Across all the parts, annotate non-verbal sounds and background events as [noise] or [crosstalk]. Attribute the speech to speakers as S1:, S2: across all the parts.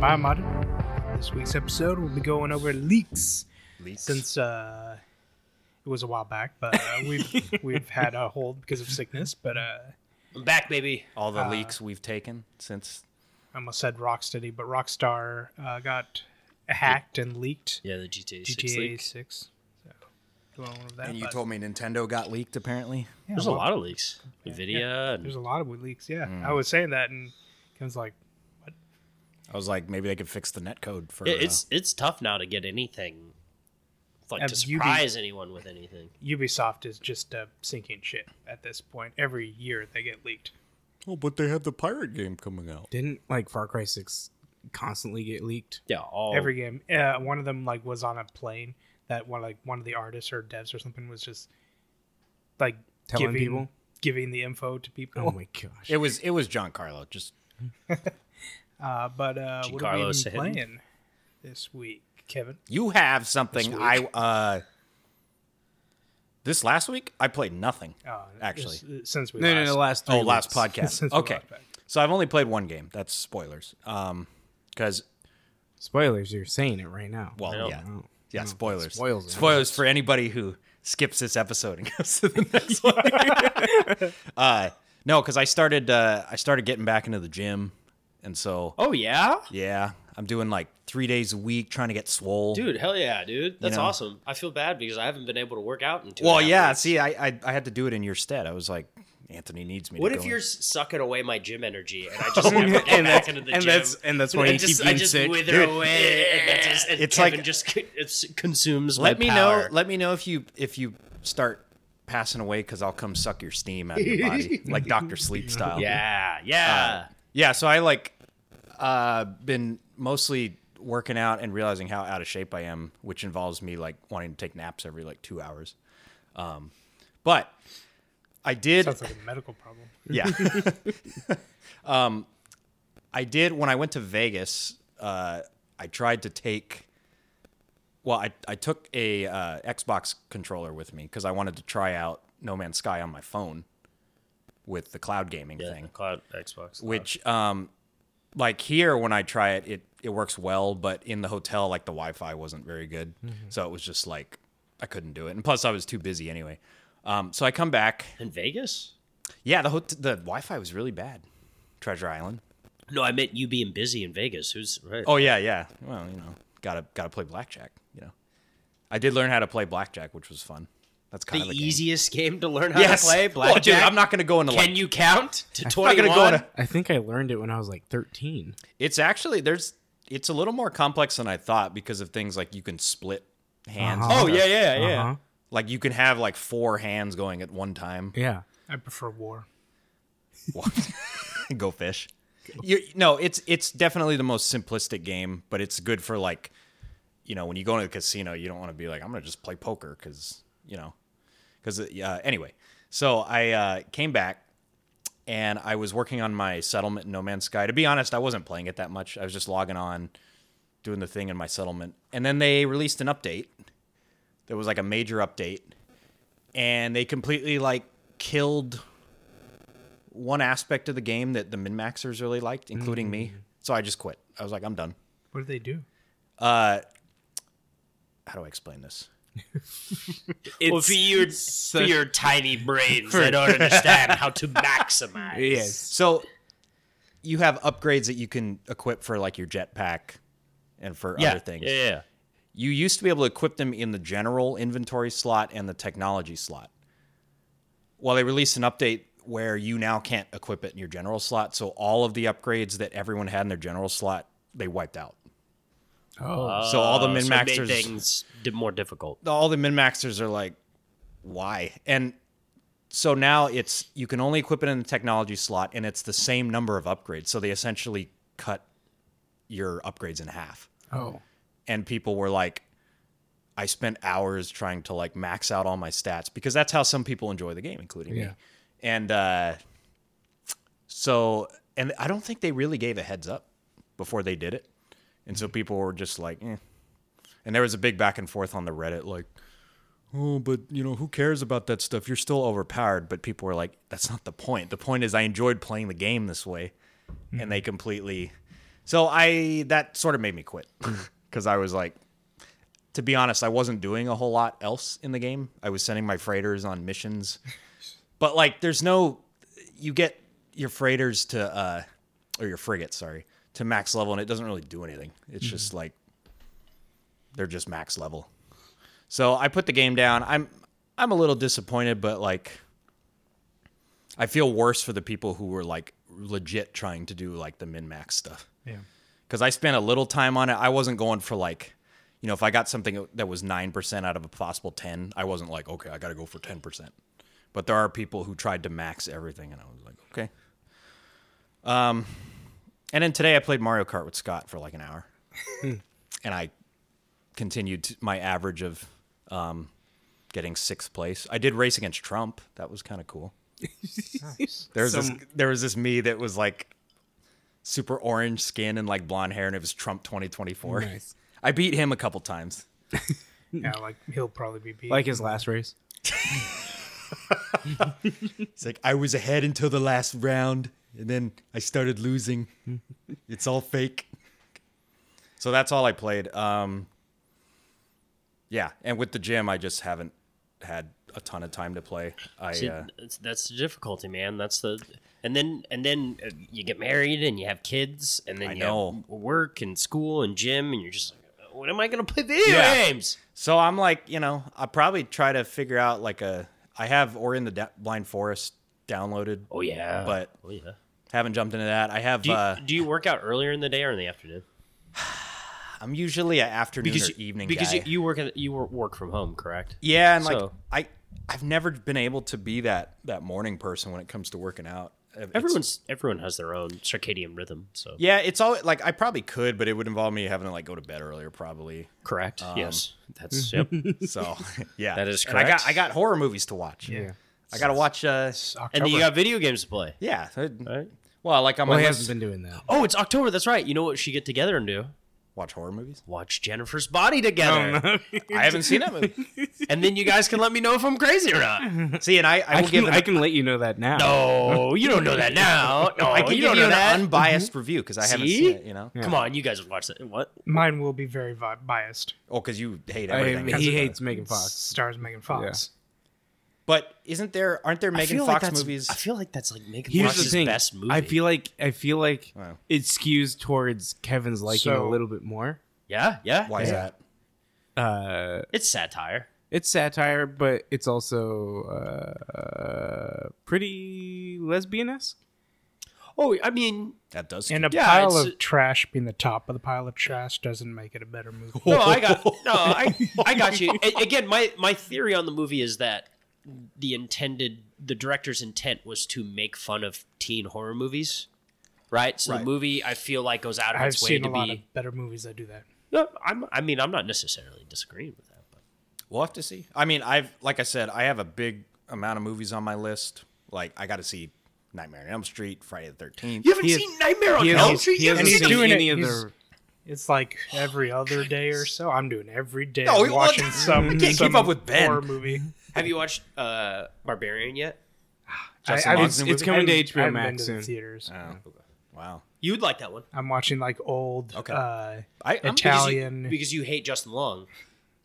S1: Bye, Modern. This week's episode, we'll be going over leaks.
S2: Leaks.
S1: Since uh, it was a while back, but uh,
S3: [laughs]
S1: we've we've had a hold because of sickness. But uh,
S3: I'm back, baby.
S2: all the leaks we've taken since.
S1: I almost said Rocksteady, but Rockstar uh, got hacked and leaked.
S3: Yeah, the GTA, 6
S1: GTA
S3: leak.
S1: Six. So going over that.
S2: And you
S1: but-
S2: told me Nintendo got leaked apparently.
S1: yeah,
S3: There's a
S1: well,
S3: lot of leaks. Nvidia. and-
S1: There's a lot of leaks. Yeah,
S2: Mm.
S1: I was saying that, and Kim's like,
S2: I was like, maybe they could fix the net code for. uh,
S3: It- it's it's tough now to get anything, like
S1: uh, Have
S3: to
S1: you been-
S3: surprise anyone with anything.
S1: Ubisoft is just a sinking ship at this point. Every year they get leaked.
S2: oh, but they have the pirate game coming out.
S4: Didn't like Far Cry Six constantly get leaked?
S3: Yeah, all
S1: Every game. Uh, one of them like was on a plane that one like one of the artists or devs or something was just like
S4: Telling
S1: giving,
S4: people?
S1: giving the info to people.
S4: Oh my gosh!
S2: It was it was John Carlo. Just
S1: Uh, but uh, what have we
S3: Giancarlo
S1: been
S3: Stanton.
S1: playing this week, Kevin?
S2: you have something.
S3: This
S2: I
S3: week.
S2: uh. This last week I played nothing.
S1: Uh,
S2: actually.
S1: s- since we
S4: no,
S1: last.
S4: no, no. Last three
S2: Oh, last [laughs]
S4: weeks.
S2: podcast.
S1: Since we
S2: okay,
S1: last podcast.
S2: so I've only played one game. That's spoilers. Um, because
S4: Spoilers. You're saying it right now.
S2: well, mm.
S3: know.
S2: yeah,
S4: Oh.
S2: yeah,
S4: No,
S2: spoilers.
S4: spoils it.
S2: spoilers for anybody who skips this episode and [laughs] goes to the next one. [laughs] uh, no, because I started uh, I started getting back into the gym, and so
S3: Oh yeah,
S2: yeah, I'm doing like three days a week trying to get swole.
S3: dude. Hell yeah, dude. That's
S2: know?
S3: awesome. I feel bad because I haven't been able to work out in two. and a
S2: Well,
S3: half
S2: yeah.
S3: weeks.
S2: See, I, I I had to do it in your stead. I was like, Anthony needs me.
S3: What
S2: to
S3: if
S2: go
S3: you're sucking away my gym energy and I just never get back into the
S4: and
S3: gym?
S4: that's- and that's why
S3: I
S4: you keep
S3: just, I
S4: being
S3: just
S4: sick.
S3: wither
S2: Dude,
S3: away. And that just, and
S2: it's
S3: Kevin
S2: like-
S3: just c- it's, consumes.
S2: let
S3: my
S2: me
S3: power.
S2: know. Let me know if you if you start passing away because I'll come suck your steam out of your [laughs] body like Doctor Sleep style.
S3: yeah, yeah.
S2: Yeah, so I like uh been mostly working out and realizing how out of shape I am, which involves me like wanting to take naps every like 2 hours. Um but I did
S1: Sounds like a medical problem.
S2: yeah. [laughs] um,
S1: [laughs]
S2: I did when I went to Vegas. Uh, I tried to take. Well, I I took a uh, Xbox controller with me because I wanted to try out No Man's Sky on my phone with the cloud gaming
S3: yeah.
S2: thing.
S3: Cloud Xbox.
S2: uh, Which, um, like here when I try it, it it works well, but in the hotel, like the Wi-Fi wasn't very good, so it was just like I couldn't do it, and plus I was too busy anyway. Um, so I come back
S3: in Vegas.
S2: yeah, the hot- the Wi-Fi was really bad. Treasure Island.
S3: No, I meant you being busy in Vegas. Who's right?
S2: Oh yeah, yeah. Well, you know, gotta gotta play blackjack. You know, I did learn how to play blackjack, which was fun. That's
S3: the
S2: kind of a game.
S3: easiest game Oh, to learn how
S2: Yes.
S3: to play.
S2: Well,
S3: Blackjack.
S2: dude, I'm not gonna go into
S3: Can
S2: like.
S3: you [laughs] count to
S2: I'm not
S3: twenty-one?
S2: gonna go into.
S4: I think I learned it when I was like 13.
S2: It's actually there's. It's a little more complex than I thought because of things like you can split hands. and
S4: Uh-huh.
S3: Oh
S2: stuff.
S3: yeah, yeah, yeah.
S4: Uh-huh.
S2: Like you can have like four hands going at one time.
S4: Yeah.
S1: I prefer war.
S2: [laughs] go fish. You no, it's it's definitely the most simplistic game, but it's good for like, you know, when you go into the casino, you don't want to be like, I'm gonna just play poker because you know, because uh, anyway. So I uh, came back and I was working on my settlement in No Man's Sky. To be honest, I wasn't playing it that much. I was just logging on, doing the thing in my settlement, and then they released an update. There was like a major update, and they completely like killed one aspect of the game that the min maxers really liked, including me.
S3: Mm.
S2: So I just quit. I was like, I'm done.
S1: What do they do?
S2: Uh, how do I explain this?
S3: It, for [laughs] your for your tiny brains that [laughs] don't understand how to maximize.
S4: Yes.
S2: So you have upgrades that you can equip for like your jetpack and for
S3: Yeah.
S2: other things.
S3: Yeah, yeah.
S2: You used to be able to equip them in the general inventory slot and the technology slot. Well, they released an update where you now can't equip it in your general slot. So all of the upgrades that everyone had in their general slot, they wiped out.
S4: Oh.
S2: So all the
S3: Uh,
S2: min
S3: so it made
S2: maxers
S3: things di- more difficult.
S2: all the min maxers are like, why? And so now it's you can only equip it in the technology slot, and it's the same number of upgrades. So they essentially cut your upgrades in half.
S4: Oh.
S2: And people were like, I spent hours trying to like max out all my stats because that's how some people enjoy the game, including me.
S4: Yeah.
S2: And uh, so, and I don't think they really gave a heads up before they did it, and so people were just like, eh. and there was a big back and forth on the Reddit like. Oh, but you know, who cares about that stuff? You're still overpowered. But people were like, that's not the point. The point is I enjoyed playing the game this way. And they completely So I that sort of made me quit [laughs] because I was like, to be honest, I wasn't doing a whole lot else in the game. I was sending my freighters on missions, but like, there's no you get your freighters to uh or your frigate, sorry, to max level, and it doesn't really do anything. It's just like they're just max level. So I put the game down. I'm I'm a little disappointed, but like I feel worse for the people who were like legit trying to do like the min max stuff
S1: Yeah.
S2: because I spent a little time on it. I wasn't going for like, you know, if I got something that was nine percent out of a possible ten, I wasn't like, okay, I got to go for ten percent. But there are people who tried to max everything, and I was like, okay. Um, and then today I played Mario Kart with Scott for like an hour, and I continued to- my average of um, getting sixth place. I did race against Trump. That was kind of cool.
S1: Nice.
S2: There was
S4: Some-
S2: this there was this me that was like super orange skin and like blonde hair, and it was Trump 2024.
S4: Nice.
S2: [laughs] I beat him a couple times.
S1: yeah, like he'll probably be beat.
S4: Hmm. Like his last race.
S2: It's like I was ahead until the last round, and then I
S3: [laughs]
S2: started losing. it's all fake. So that's all I played. Um, yeah, and with the gym, I just haven't had a ton of time to play. I
S3: See,
S2: uh,
S3: that's- that's the difficulty, man. That's the and then and then uh, you get married and you have kids and then
S2: I
S3: you
S2: know.
S3: have work and school and gym and you're just like, "Uh, what am I gonna play video
S2: Yeah.
S3: games?
S2: So I'm like, you know, I probably try to figure out like a. I have Ori in the Da- Blind Forest downloaded,
S3: Oh yeah,
S2: but
S3: oh yeah.
S2: haven't jumped into that. I have.
S3: Do you,
S2: uh,
S3: do you work out earlier in the day or in the afternoon?
S2: I'm usually an afternoon
S3: Because
S2: or
S3: you-
S2: evening
S3: because
S2: guy.
S3: you, you work at, you wor- work from home, correct?
S2: yeah, and like
S3: So-
S2: I, I've never been able to be that that morning person when it comes to working out. Uh, It's-
S3: Everyone's everyone has their own circadian rhythm, so
S2: yeah, it's all like I probably could, but it would involve me having to like go to bed earlier, probably.
S3: correct.
S2: Um,
S3: yes,
S2: [laughs]
S3: that's yep. and [laughs]
S2: So yeah,
S3: That is
S2: And I got
S3: correct.
S2: I got horror movies to watch. Yeah, I got to watch. uh
S1: October.
S3: then you got video games to play.
S2: Yeah, I-
S3: Right?
S2: well, like I'm
S4: Well,
S2: well,
S4: he hasn't been doing that.
S3: Oh, it's October. That's right. You know what she get together and do?
S2: watch horror movies.
S3: Watch Jennifer's Body together,
S2: Um, [laughs] I haven't seen that movie.
S3: [laughs] and then you guys can let me know if I'm crazy or not.
S2: See, and I, I
S4: I
S2: will give
S4: can,
S2: an,
S4: I can let you know that now.
S3: No, you don't know that
S2: [laughs]
S3: now. No,
S2: I can
S3: you
S2: give
S3: don't
S2: you
S3: know
S2: an
S3: that.
S2: unbiased review because I haven't
S3: See?
S2: seen it, you know?
S3: Come on, you guys have watched that. What?
S1: Mine will be very vi- biased.
S2: Oh, because you hate
S4: I-
S2: everything.
S4: he
S2: Uh,
S4: hates Megan Fox.
S1: Stars Megan Fox.
S2: But isn't there? Aren't there Megan Fox movies?
S3: I feel like that's like Megan
S4: Here's
S3: Fox's
S4: the thing.
S3: best movie.
S4: I feel like I feel like
S2: Wow.
S4: it skews towards Kevin's liking
S1: So-
S4: a little bit more.
S3: yeah, yeah.
S2: Why is that?
S4: Uh,
S3: It's satire.
S4: it's satire, but it's also uh, pretty lesbian esque.
S3: Oh, I mean,
S2: That does.
S1: And a
S3: Yeah,
S1: pile
S3: it's-
S1: of trash being the top of the pile of trash doesn't make it a better
S4: [laughs]
S1: movie.
S3: no, I
S2: [laughs]
S3: got no, I, I got you. A- again, my my theory on the movie is that the intended, the director's intent was to make fun of teen horror movies, right? So
S2: Right.
S3: the movie, I feel like, goes out of
S1: I've
S3: its way
S1: seen
S3: to
S1: a lot
S3: be.
S1: of better movies that do that.
S3: No, I'm, I mean, I'm not necessarily disagreeing with that, but
S2: we'll have to see. I mean, I've like I said, I have a big amount of movies on my list. Like I got to see Nightmare on Elm Street, Friday the Thirteenth.
S3: you haven't
S4: He is-
S3: seen Nightmare on
S4: He
S3: Elm
S4: hasn't,
S3: Street.
S4: he
S3: You
S4: hasn't
S3: haven't seen
S4: seen
S3: the
S1: doing it.
S4: any of
S1: He's-
S4: the.
S1: It's
S2: [sighs]
S1: like every other day or so. I'm doing every day.
S2: Oh, No,
S1: I'm
S2: we- well,
S1: watching
S2: [laughs] we
S1: some,
S2: can't keep
S1: some
S2: up with Ben. Mm-hmm.
S1: horror movie.
S3: Have you watched uh, Barbarian yet?
S2: Justin
S1: I- I-
S2: Long's new
S4: it's
S2: movie?
S4: coming to
S1: haven't-
S4: HBO
S1: haven't been
S4: Max
S1: to the
S4: soon.
S1: theaters.
S2: Oh, wow.
S3: You would like that one.
S1: I'm watching like old
S2: Okay.
S1: uh,
S2: I I'm,
S1: Italian-
S3: You- because you hate Justin Long.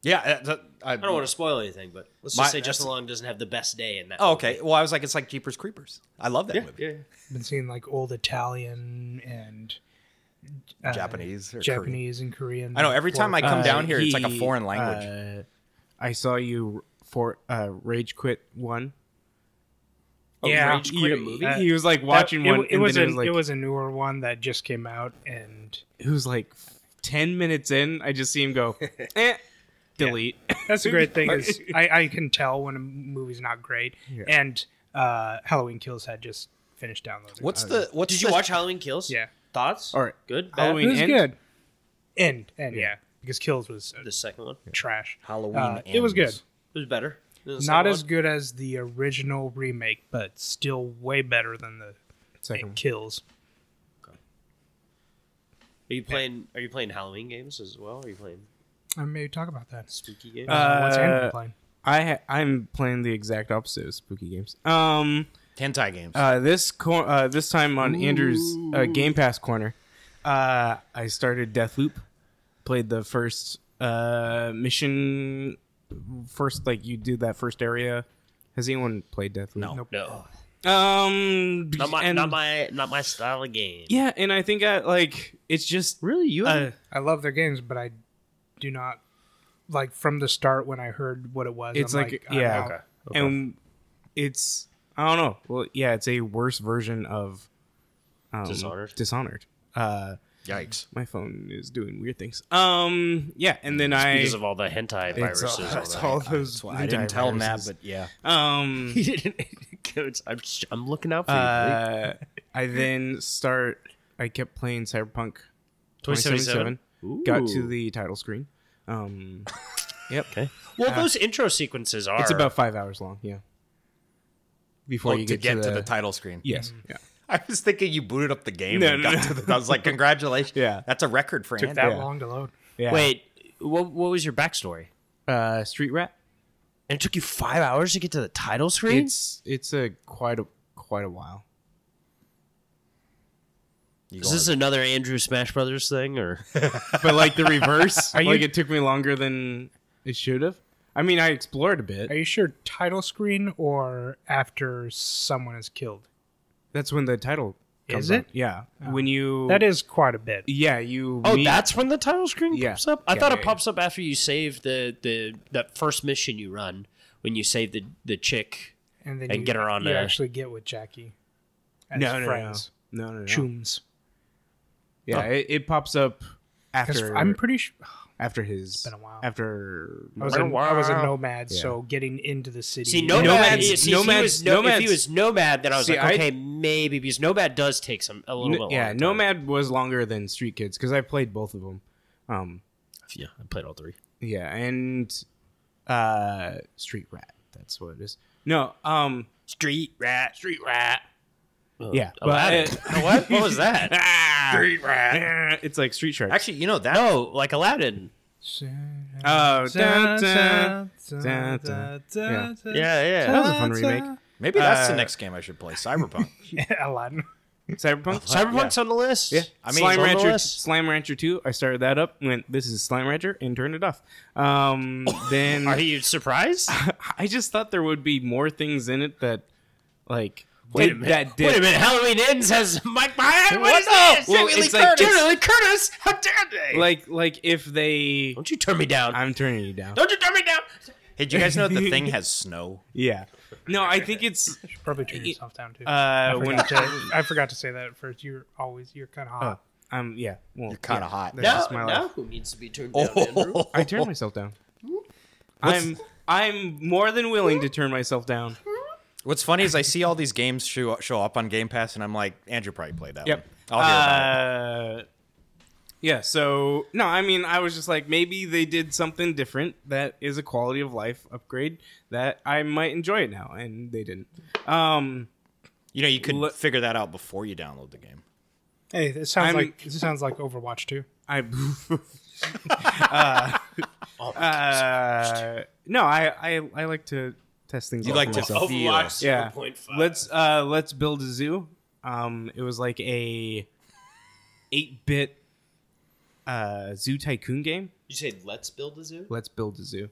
S2: Yeah. that- that- I,
S3: I don't want to spoil anything, but let's
S2: My-
S3: just say
S2: that's-
S3: Justin Long doesn't have the best day in that.
S2: Oh,
S3: movie.
S2: okay. Well, I was like, it's like Jeepers Creepers. I love that movie.
S3: Yeah,
S1: been seeing like old Italian and uh,
S2: Japanese or Korean.
S1: Japanese and Korean.
S2: I know. Every time I come
S4: Uh,
S2: down here, it's like a
S4: he,
S2: foreign language.
S4: uh, I saw you for uh, Rage Quit one.
S1: yeah,
S3: Rage Quit a movie?
S1: Uh,
S4: he was like
S1: that-
S4: watching
S1: it,
S4: one.
S1: It,
S4: and
S1: was
S4: then
S1: a
S4: it was like
S1: it was a newer one that just came out, and
S4: it was like f- ten minutes in. I just see him go, eh, [coughs] delete.
S1: that's the great thing [laughs] is I, I can tell when a movie's not great. And uh, Halloween Kills had just finished downloading.
S2: what's the what's
S3: Did you
S2: the-
S3: watch Halloween Kills?
S1: Yeah,
S3: Thoughts?
S4: All right.
S3: Good. Bad?
S1: it
S4: Halloween
S1: was
S4: End?
S1: good. End and yeah. because Kills was uh,
S3: The second one. It
S1: trash.
S2: Halloween?
S1: Uh, it was good.
S2: Ends?
S3: was better. than the
S1: Not
S3: second
S1: as
S3: one.
S1: good as the original remake, but still way better than the
S4: Second one.
S1: Kills.
S3: Are you playing? Are you playing Halloween games as well? Are you playing
S1: I may talk about that.
S3: spooky games?
S1: Uh, what's Andrew
S4: Uh,
S1: playing?
S4: I ha- I'm playing the exact opposite of spooky games. Um,
S2: Hentai games.
S4: uh, this cor- uh, this time on Andrew's uh, Game uh, Pass corner,
S1: Uh,
S4: I started Deathloop, played the first uh, mission, first like you did that first area. Has anyone played Deathloop?
S2: No.
S1: Nope.
S3: No,
S4: Um,
S3: not my,
S4: and-
S3: not my, not my style of game.
S4: Yeah, and I think I like it's just
S3: Really, you?
S4: uh,
S1: I love their games, but I do not like from the start when I heard what it was.
S4: it's
S1: I'm
S4: like, yeah,
S1: I'm out.
S4: and it's I don't know. Well, yeah, it's a worse version of um,
S3: Dishonored?
S4: Dishonored. Uh,
S2: Yikes.
S4: my phone is doing weird things. Um, yeah, and then I
S3: because of all the hentai
S4: it's all,
S3: viruses. [laughs]
S4: it's all those.
S2: Well, I didn't tell Matt,
S4: viruses.
S2: but yeah.
S4: [laughs] um,
S3: He didn't- Coach, I'm, just- I'm looking out for you.
S4: uh, I then start. I kept playing Cyberpunk
S3: 2077?
S4: 2077. Got to
S3: Ooh.
S4: the title screen. Um, yep. Uh,
S3: Okay. Well, those intro sequences are.
S4: It's about five hours long. Yeah. Before
S2: Oh,
S4: you
S2: to
S4: get
S2: get to the Mm. title screen.
S4: Yes. Yeah.
S2: [laughs] I was thinking you booted up the game
S4: No,
S2: and
S4: no,
S2: got
S4: no.
S2: to the, I was like, congratulations.
S4: Yeah.
S2: That's a record for
S1: took
S2: Andy.
S1: that
S4: Yeah.
S1: long to load.
S4: Yeah.
S3: Wait, what, what was your backstory?
S4: Uh, Street Rat.
S3: And it took you five hours to get to the title screen.
S4: It's it's a quite a quite a while.
S2: You
S3: Is this
S2: going-
S3: another Andrew Smash Brothers thing, or
S4: But like [laughs] the reverse,
S1: Are you-
S4: like it took me longer than it should have. I mean, I explored a bit.
S1: Are you sure title screen or after someone is killed?
S4: That's when the title comes
S1: Is it? Oh.
S4: up. Yeah. When you
S1: That is quite a bit.
S4: yeah you
S3: oh,
S4: meet-
S3: that's when the title screen
S4: Yeah.
S3: pops up? I
S4: Yeah,
S3: thought
S4: yeah,
S3: it
S4: yeah.
S3: pops up after you save the the that first mission you run when you save the the chick.
S1: And then
S3: And
S1: you,
S3: get her on
S1: you
S3: there.
S1: actually get with Jackie as
S4: no no, no
S1: friends.
S4: no no no
S1: Chooms.
S4: yeah it, it pops up
S1: 'Cause
S4: after
S1: Oh. I'm pretty sure
S4: after his
S1: been a while.
S4: after
S1: I was, a, I was a nomad, so getting into the city.
S3: See, nomad.
S4: Nomads-
S3: see,
S4: nomads-
S3: if, he was, no, if he
S4: nomads-
S3: was nomad, then I was
S4: See,
S3: like,
S4: I-
S3: okay, maybe because nomad does take some a little
S4: N-
S3: bit.
S4: yeah
S3: longer time.
S4: nomad was longer than street kids because i played both of them um
S3: Yeah, I played all three.
S4: yeah and uh street rat that's what it is no um
S3: Street rat. Street rat.
S4: yeah
S3: Aladdin.
S4: [laughs]
S3: [laughs]
S4: uh,
S3: what? What was that?
S4: street rat it's like street shark
S2: Actually, you know that.
S3: No, like Aladdin.
S4: oh dun, dun, dun, dun. Yeah.
S1: [laughs]
S3: Yeah,
S4: that was a fun remake
S2: Maybe that's the
S4: Uh,
S2: next game I should play, Cyberpunk. [laughs]
S1: Aladdin.
S4: cyberpunk
S3: Cyberpunk's on the list.
S4: Yeah,
S2: I mean, it's
S4: Slime
S2: on the
S4: Rancher,
S3: list.
S4: Slime Rancher Two. I started that up. Went, this is Slime Rancher, and turned it off. Um, then
S3: Are you
S4: [laughs]
S3: surprised?
S4: I just thought there would be more things in it that, like,
S3: Wait a
S4: did-
S3: minute.
S4: that did.
S3: Wait a minute. Halloween ends has Mike Bryan.
S2: What
S3: What is
S2: the-
S3: this?
S4: Well,
S3: Jamie Lee
S4: it's like-
S3: Curtis. Jamie Lee Curtis. How dare they?
S4: Like, like if they,
S3: Don't you turn me down.
S4: I'm turning you down.
S3: Don't you turn me down.
S2: hey, do you guys know the thing has snow?
S4: Yeah, no, I think it's
S1: You should probably turn yourself down too.
S4: uh
S1: I,
S4: when
S1: forgot
S3: [laughs]
S1: to, I forgot to say that at first. You're always you're kind of hot.
S4: um yeah. Well,
S2: You're kind
S4: yeah.
S2: of hot.
S4: That's just my life.
S3: Who needs to be turned [laughs]
S2: Oh,
S4: I turned myself down. I'm I'm more than willing to turn myself down.
S2: What's funny is I see all these games show, show up on Game Pass, and I'm like, Andrew probably played that.
S4: Yep.
S2: One. I'll hear about it.
S4: Uh, yeah. So no, I mean, I was just like, maybe they did something different that is a quality of life upgrade that I might enjoy it now, and they didn't. Um,
S2: You know, you could
S4: le-
S2: figure that out before you download the game.
S1: Hey, this sounds
S4: Oh. I'm-
S1: like this sounds like Overwatch too.
S4: I. [laughs]
S2: Oh,
S4: uh, uh, no, I, I I like to test things.
S2: You
S4: out
S2: like
S4: for
S2: to
S4: myself.
S2: Overwatch
S4: Yeah. Let's uh let's build a zoo. Um it was like a 8-bit uh zoo tycoon game.
S3: You say let's build a zoo?
S4: Let's build a zoo.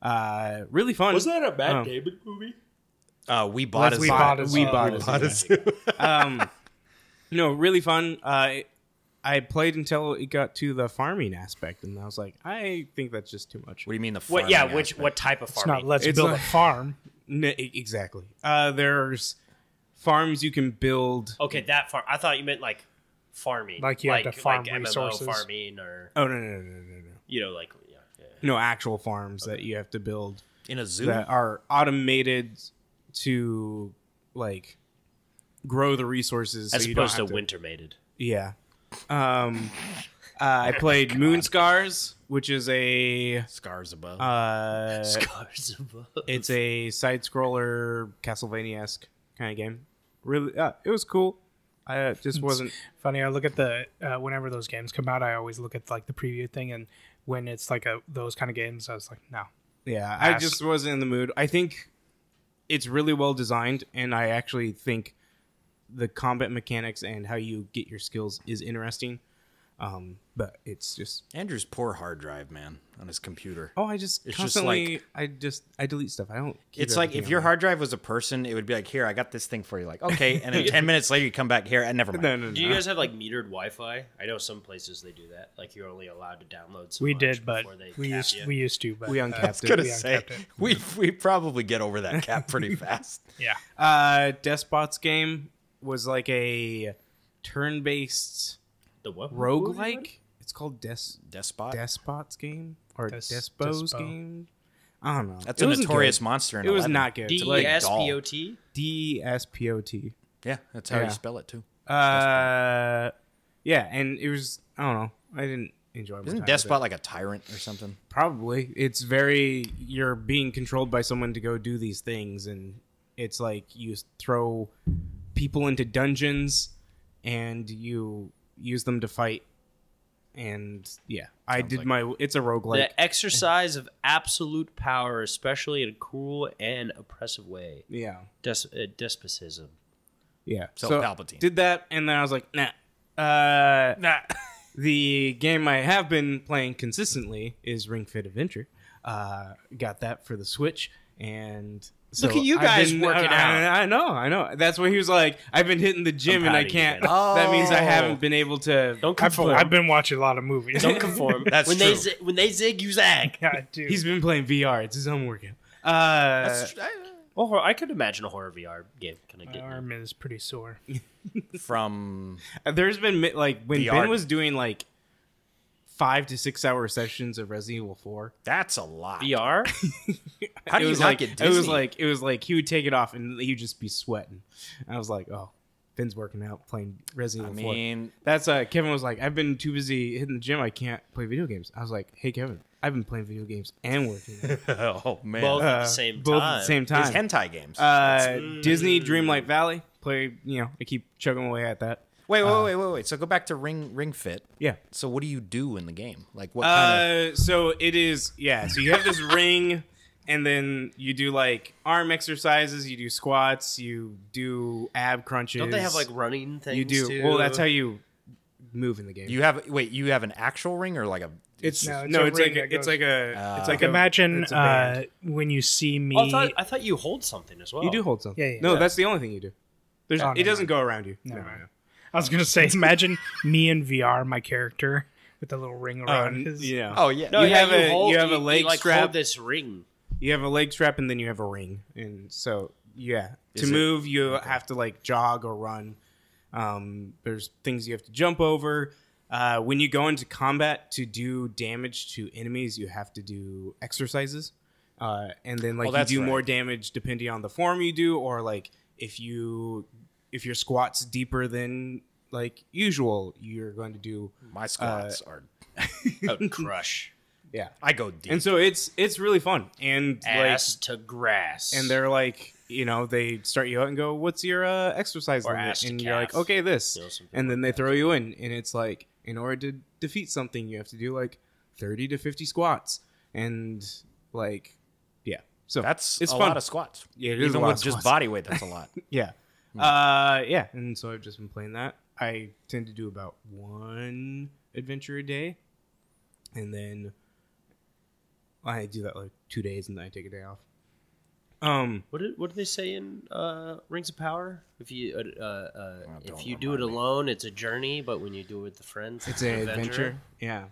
S4: Uh really fun.
S3: a Matt
S1: Oh.
S4: Um,
S3: Damon movie?
S2: Uh, we bought a
S1: We
S2: zoo.
S1: bought a
S4: we
S1: zoo.
S3: Oh,
S4: bought a zoo.
S2: Bought a zoo.
S4: Um no, really fun. Uh I played until it got to the farming aspect and I was like, I think that's just too much.
S2: What do you mean the?
S3: What? Yeah.
S2: farming
S3: Which?
S2: aspect?
S3: What type of
S1: It's not
S3: farming?
S1: let's
S4: It's
S1: build
S4: not-
S1: a farm.
S4: N- e- exactly. Uh there's farms you can build.
S3: okay, that farm. I thought you meant like farming.
S1: Like you have to farm
S3: MMO
S1: resources.
S3: farming, or
S4: Oh no no no no no no.
S3: you know, like yeah, yeah.
S4: No actual farms that you have to build.
S2: in a zoo?
S4: that are automated to like grow the resources
S3: as
S4: so you don't
S3: opposed to,
S4: have
S3: winter mated.
S4: Yeah. Um, uh, I played
S2: [laughs] Oh,
S4: Moon Scars, which is a
S2: Scars above.
S4: uh,
S3: [laughs] Scars above.
S4: it's a side scroller Castlevania esque kind of game. Really, uh, it was cool. I uh, just wasn't.
S1: Funny, I look at the uh, whenever those games come out, I always look at like the preview thing, and when it's like a those kind of games, I was like, no,
S4: Yeah, I just wasn't in the mood. I think it's really well designed, and I actually think the combat mechanics and how you get your skills is interesting. Um, but it's just
S2: Andrew's poor hard drive, man, on his computer.
S4: oh, I just
S2: It's just
S4: constantly I just I delete stuff. I don't. keep
S2: It's like
S4: everything
S2: if
S4: on
S2: your
S4: my-
S2: hard drive was a person, it would be like, "Here, I got this thing for you." Like, okay, and then ten minutes later, you come back here, and never mind.
S4: No, no, no.
S3: Do you guys have like metered Wi-Fi? I know some places they do that. Like you're only allowed to download. So
S1: We
S3: much
S1: did, but
S3: before they
S1: we
S3: cap
S1: used
S3: you.
S1: we used to, but
S4: we
S1: uh,
S4: uncapped
S2: gonna
S4: it.
S1: Yeah,
S2: say
S1: kept it.
S2: [laughs] we we probably get over that cap pretty [laughs] fast.
S3: [laughs]
S1: yeah.
S4: Uh, Despot's game was like a turn-based
S3: the what
S4: roguelike. It's called Des
S2: Despot.
S4: Despot's game or
S1: Des-
S4: Despo's
S1: Despo.
S4: game. I don't know.
S2: That's
S4: It
S2: a
S4: wasn't
S2: notorious
S4: good.
S2: monster. In
S4: It was
S2: 11.
S4: not good.
S3: D
S4: It's
S3: E
S4: like
S3: S P O T.
S4: D S P O T.
S2: Yeah, that's how
S4: Yeah.
S2: you spell it too.
S4: Uh, yeah, and it was I don't know. I didn't enjoy. my time
S2: Isn't
S4: with
S2: Despot
S4: it.
S2: like a tyrant or something?
S4: Probably it's very you're being controlled by someone to go do these things, and it's like you throw people into dungeons and you use them to fight. And yeah, I did
S2: like-
S4: my. It's a roguelike.
S3: The exercise of absolute power, especially in a cruel and oppressive way.
S4: yeah,
S3: Des- uh, despotism.
S4: yeah.
S2: So Palpatine.
S4: did that, and then I was like, nah. Uh,
S1: Nah.
S4: the game I have been playing consistently is Ring Fit Adventure. Uh, got that for the Switch, and so
S3: Look at you
S4: I've
S3: guys
S4: been-
S3: working
S4: I, I, I know, I know. That's what he was like. I've been hitting the gym
S3: I'm
S4: and
S3: proud
S4: I
S3: of you,
S4: can't.
S3: man.
S4: That means I
S2: Oh.
S4: haven't been able to.
S3: Don't
S1: I've,
S3: conform.
S1: I've been watching a lot of movies.
S4: [laughs]
S3: Don't conform.
S2: That's
S3: when They
S2: true.
S3: zi- when they zig, you zag.
S1: [laughs] yeah, dude.
S4: He's been playing VR. It's his own workout. Uh,
S3: Oh, I could imagine a horror VR game. Can I
S1: My
S3: get
S1: arm is pretty sore.
S2: From
S4: There's been mi- like when
S2: VR.
S4: Ben was doing like five to six hour sessions of Resident Evil Four.
S2: that's a lot.
S4: [laughs]
S3: VR?
S2: How do
S4: it
S2: you
S4: was
S2: not
S4: like
S2: get
S4: it was
S2: Disney?
S4: like it was like he would take it off and he'd just be sweating. I was like, oh, Finn's working out playing Resident
S2: I
S4: Evil 4.
S2: mean,
S4: That's uh, Kevin was like, I've been too busy hitting the gym, I can't play video games. I was like, hey Kevin, I've been playing video games and working out.
S2: oh man,
S3: Both at
S4: Uh,
S3: the same time.
S4: both at the same
S2: these
S4: time.
S2: hentai games.
S4: uh, Disney Dreamlight Valley play. You know, I keep chugging away at that.
S2: wait,
S4: uh,
S2: wait, wait, wait, wait. So go back to Ring Ring Fit.
S4: Yeah.
S2: So what do you do in the game? Like what kind of?
S4: Uh, so it is yeah. So you have this [laughs] ring, and then you do like arm exercises. You do squats. You do ab crunches.
S3: Don't they have like running things?
S4: You do.
S3: Too?
S4: Well, that's how you move in the game.
S2: You have wait, you have an actual ring or like a?
S4: it's
S1: No,
S4: no,
S1: it's
S4: it's,
S1: a ring
S4: like a,
S1: that goes-
S4: it's like a it's like a,
S1: Imagine
S4: it's a band.
S1: uh, when you see me.
S3: Oh, I, thought, I thought you hold something as well.
S4: you do hold something.
S1: Oh. Yeah, yeah,
S4: no,
S1: yeah.
S4: that's the only thing you do. There's
S1: Oh,
S4: it
S1: never
S4: doesn't
S1: mind.
S4: go around you. No,
S1: Never
S4: no,
S1: mind.
S4: no.
S1: I was gonna say, imagine [laughs] me in VR, my character with the little ring
S4: Uh,
S1: around his.
S4: you know,
S2: Oh yeah.
S3: No,
S4: You
S3: yeah,
S4: have
S3: you
S4: a-
S3: hold,
S4: you have a leg
S3: like,
S4: strap.
S3: Hold this ring.
S4: you have a leg strap and then you have a ring, and so yeah,
S2: Is
S4: to
S2: it-
S4: move you have to like jog or run. Um, there's things you have to jump over. Uh, when you go into combat to do damage to enemies, you have to do exercises, uh, and then like
S2: Oh,
S4: you
S2: that's
S4: do more
S2: right.
S4: damage depending on the form you do, or like if you if your squats deeper than like usual, you're going to do
S2: My squats are.
S3: Oh, crush.
S4: yeah.
S2: I go deep.
S4: And so it's it's really fun and [laughs] like
S3: ass to grass.
S4: and they're like you know they start you out and go what's your uh, exercise
S3: Or
S4: limit?"
S3: ass to
S4: and you're like
S3: calf.
S4: okay this
S3: You know, something
S4: and then they throw you in and it's like in order to defeat something you have to do like 30 to 50 squats and like yeah so
S2: that's
S4: it's
S2: a
S4: fun
S2: lot of squats.
S4: Yeah, it is
S2: even
S4: a lot
S2: with
S4: of
S2: just
S4: squats.
S2: body weight, that's a lot.
S4: yeah uh yeah and so i've just been playing that i tend to do about one adventure a day and then i do that like two days and then i take a day off um
S3: What did, what did they say in uh, Rings of Power? If you uh, uh, uh, if
S2: don't
S3: you do it alone, it's a journey, but when you do it with the friends,
S4: It's an adventure. Yeah.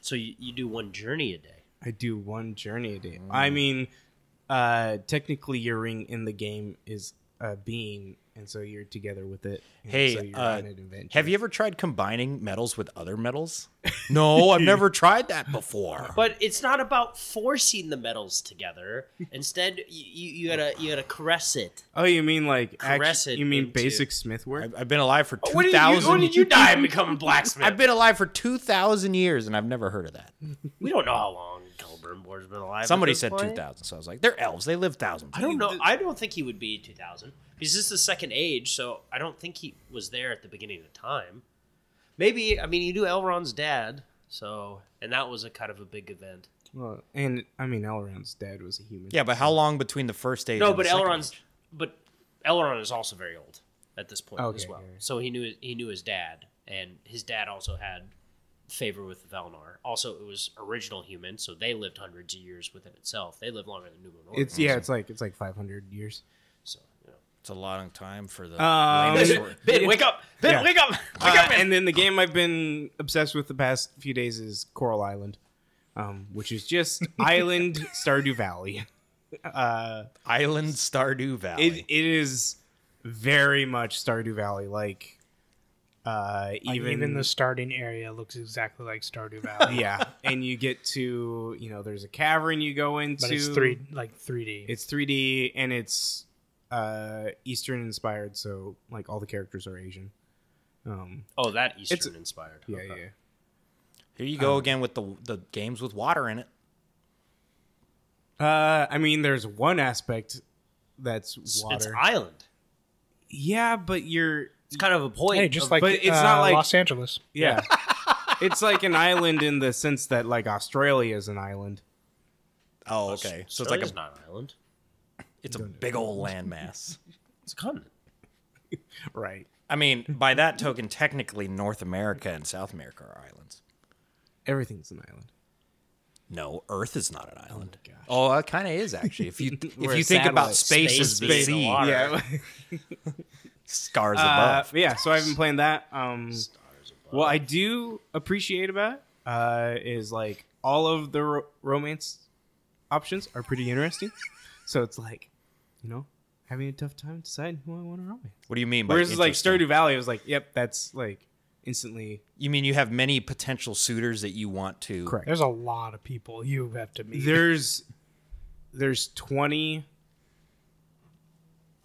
S3: So you, you do one journey a day.
S4: I do one journey a day. I mean, uh, technically, your ring in the game is a being, and so you're together with it. and
S2: Hey,
S4: so you're
S2: uh,
S4: on an adventure.
S2: Have you ever tried combining metals with
S3: [laughs]
S2: other metals? No, I've never tried that before.
S3: But it's not about forcing the metals
S4: [laughs]
S3: together. Instead, you, you, you gotta you gotta caress it.
S4: Oh, you mean like
S3: caress
S4: actu-
S3: it
S4: You mean
S3: into-
S4: basic smith work?
S2: I've, I've been alive for
S3: When Oh,
S2: two
S3: did, you, when
S2: thousand.
S3: did you die and become a blacksmith?
S2: I've been alive for two thousand years, and I've never heard of that.
S3: we don't know how long Gulbranborn's been alive. at
S2: Somebody
S3: this
S2: said two
S3: point.
S2: thousand, so I was like, "They're elves. They live thousands.
S3: I don't know. I don't think he would be 2000 because this is the second age, so I don't think he was there at the beginning of time. Maybe I mean he knew Elrond's dad, so and that was a kind of a big event.
S4: well, and I mean, Elrond's dad was a human.
S2: Yeah, but how long between the first age?
S3: No,
S2: and
S3: but
S2: the second
S3: Elrond's
S2: age?
S3: but Elrond is also very old at this point as
S4: Okay,
S3: well.
S4: yeah.
S3: So he knew he knew his dad, and his dad also had favor with Velnar. Also, it was original human, so they lived hundreds of years within itself. They live longer than Numenor.
S4: It's yeah, it's like it's like 500 years.
S3: so, you know.
S2: It's a long time for
S3: Uh,
S2: the.
S3: [laughs]
S4: Um,
S2: lamest word.
S3: Ben, wake up! Ben,
S4: Yeah.
S3: wake up! [laughs] Wake
S4: Uh,
S3: up! Ben!
S4: and then the game I've been obsessed with the past few days is Coral Island, um, which is just Island Stardew Valley.
S2: Island Stardew Valley.
S4: It it is very much Stardew Valley like. Uh,
S1: Even,
S4: even
S1: the starting area looks exactly like Stardew Valley.
S4: [laughs] yeah, and you get to you know there's a cavern you go into.
S1: But it's three like 3D.
S4: It's 3D and it's uh Eastern inspired, so like all the characters are Asian. Um,
S3: Oh, that Eastern
S4: It's-
S3: inspired.
S4: yeah,
S3: Okay.
S4: yeah.
S2: Here you
S3: Oh.
S2: go again with the the games with water in it.
S4: Uh, I mean, there's one aspect that's water.
S3: It's island.
S4: yeah, but you're
S3: It's kind of a point.
S1: hey, just
S3: of-
S1: like
S4: but it's not
S1: uh,
S4: like-
S1: Los Angeles.
S4: yeah. [laughs] it's like an island in the sense that like Australia is an island.
S2: Oh, okay. So it's like a
S3: Australia's not an island.
S2: it's a big old landmass.
S3: It's a continent.
S4: Right.
S2: I mean, by that token, technically North America and South America are islands.
S4: Everything's an island.
S2: No, Earth is not an island. Oh, it kind of is actually. If
S4: [laughs]
S2: you if
S4: We're
S2: you
S4: a
S2: think about space,
S4: satellite.
S3: Space
S2: as the
S3: being the
S2: sea,
S3: water.
S4: Yeah. [laughs]
S2: scars
S4: Uh,
S2: above.
S4: yeah, so I've been playing that. Um, what I do appreciate about it uh, is like all of the ro- romance options are pretty interesting. so it's like, you know, having a tough time deciding who I want to romance.
S2: What do you mean by
S4: Whereas like
S2: interesting?
S4: Stardew Valley, I was like, yep, that's like instantly
S2: You mean you have many potential suitors that you want to
S4: Correct.
S1: There's a lot of people you have to meet.
S4: there's there's 20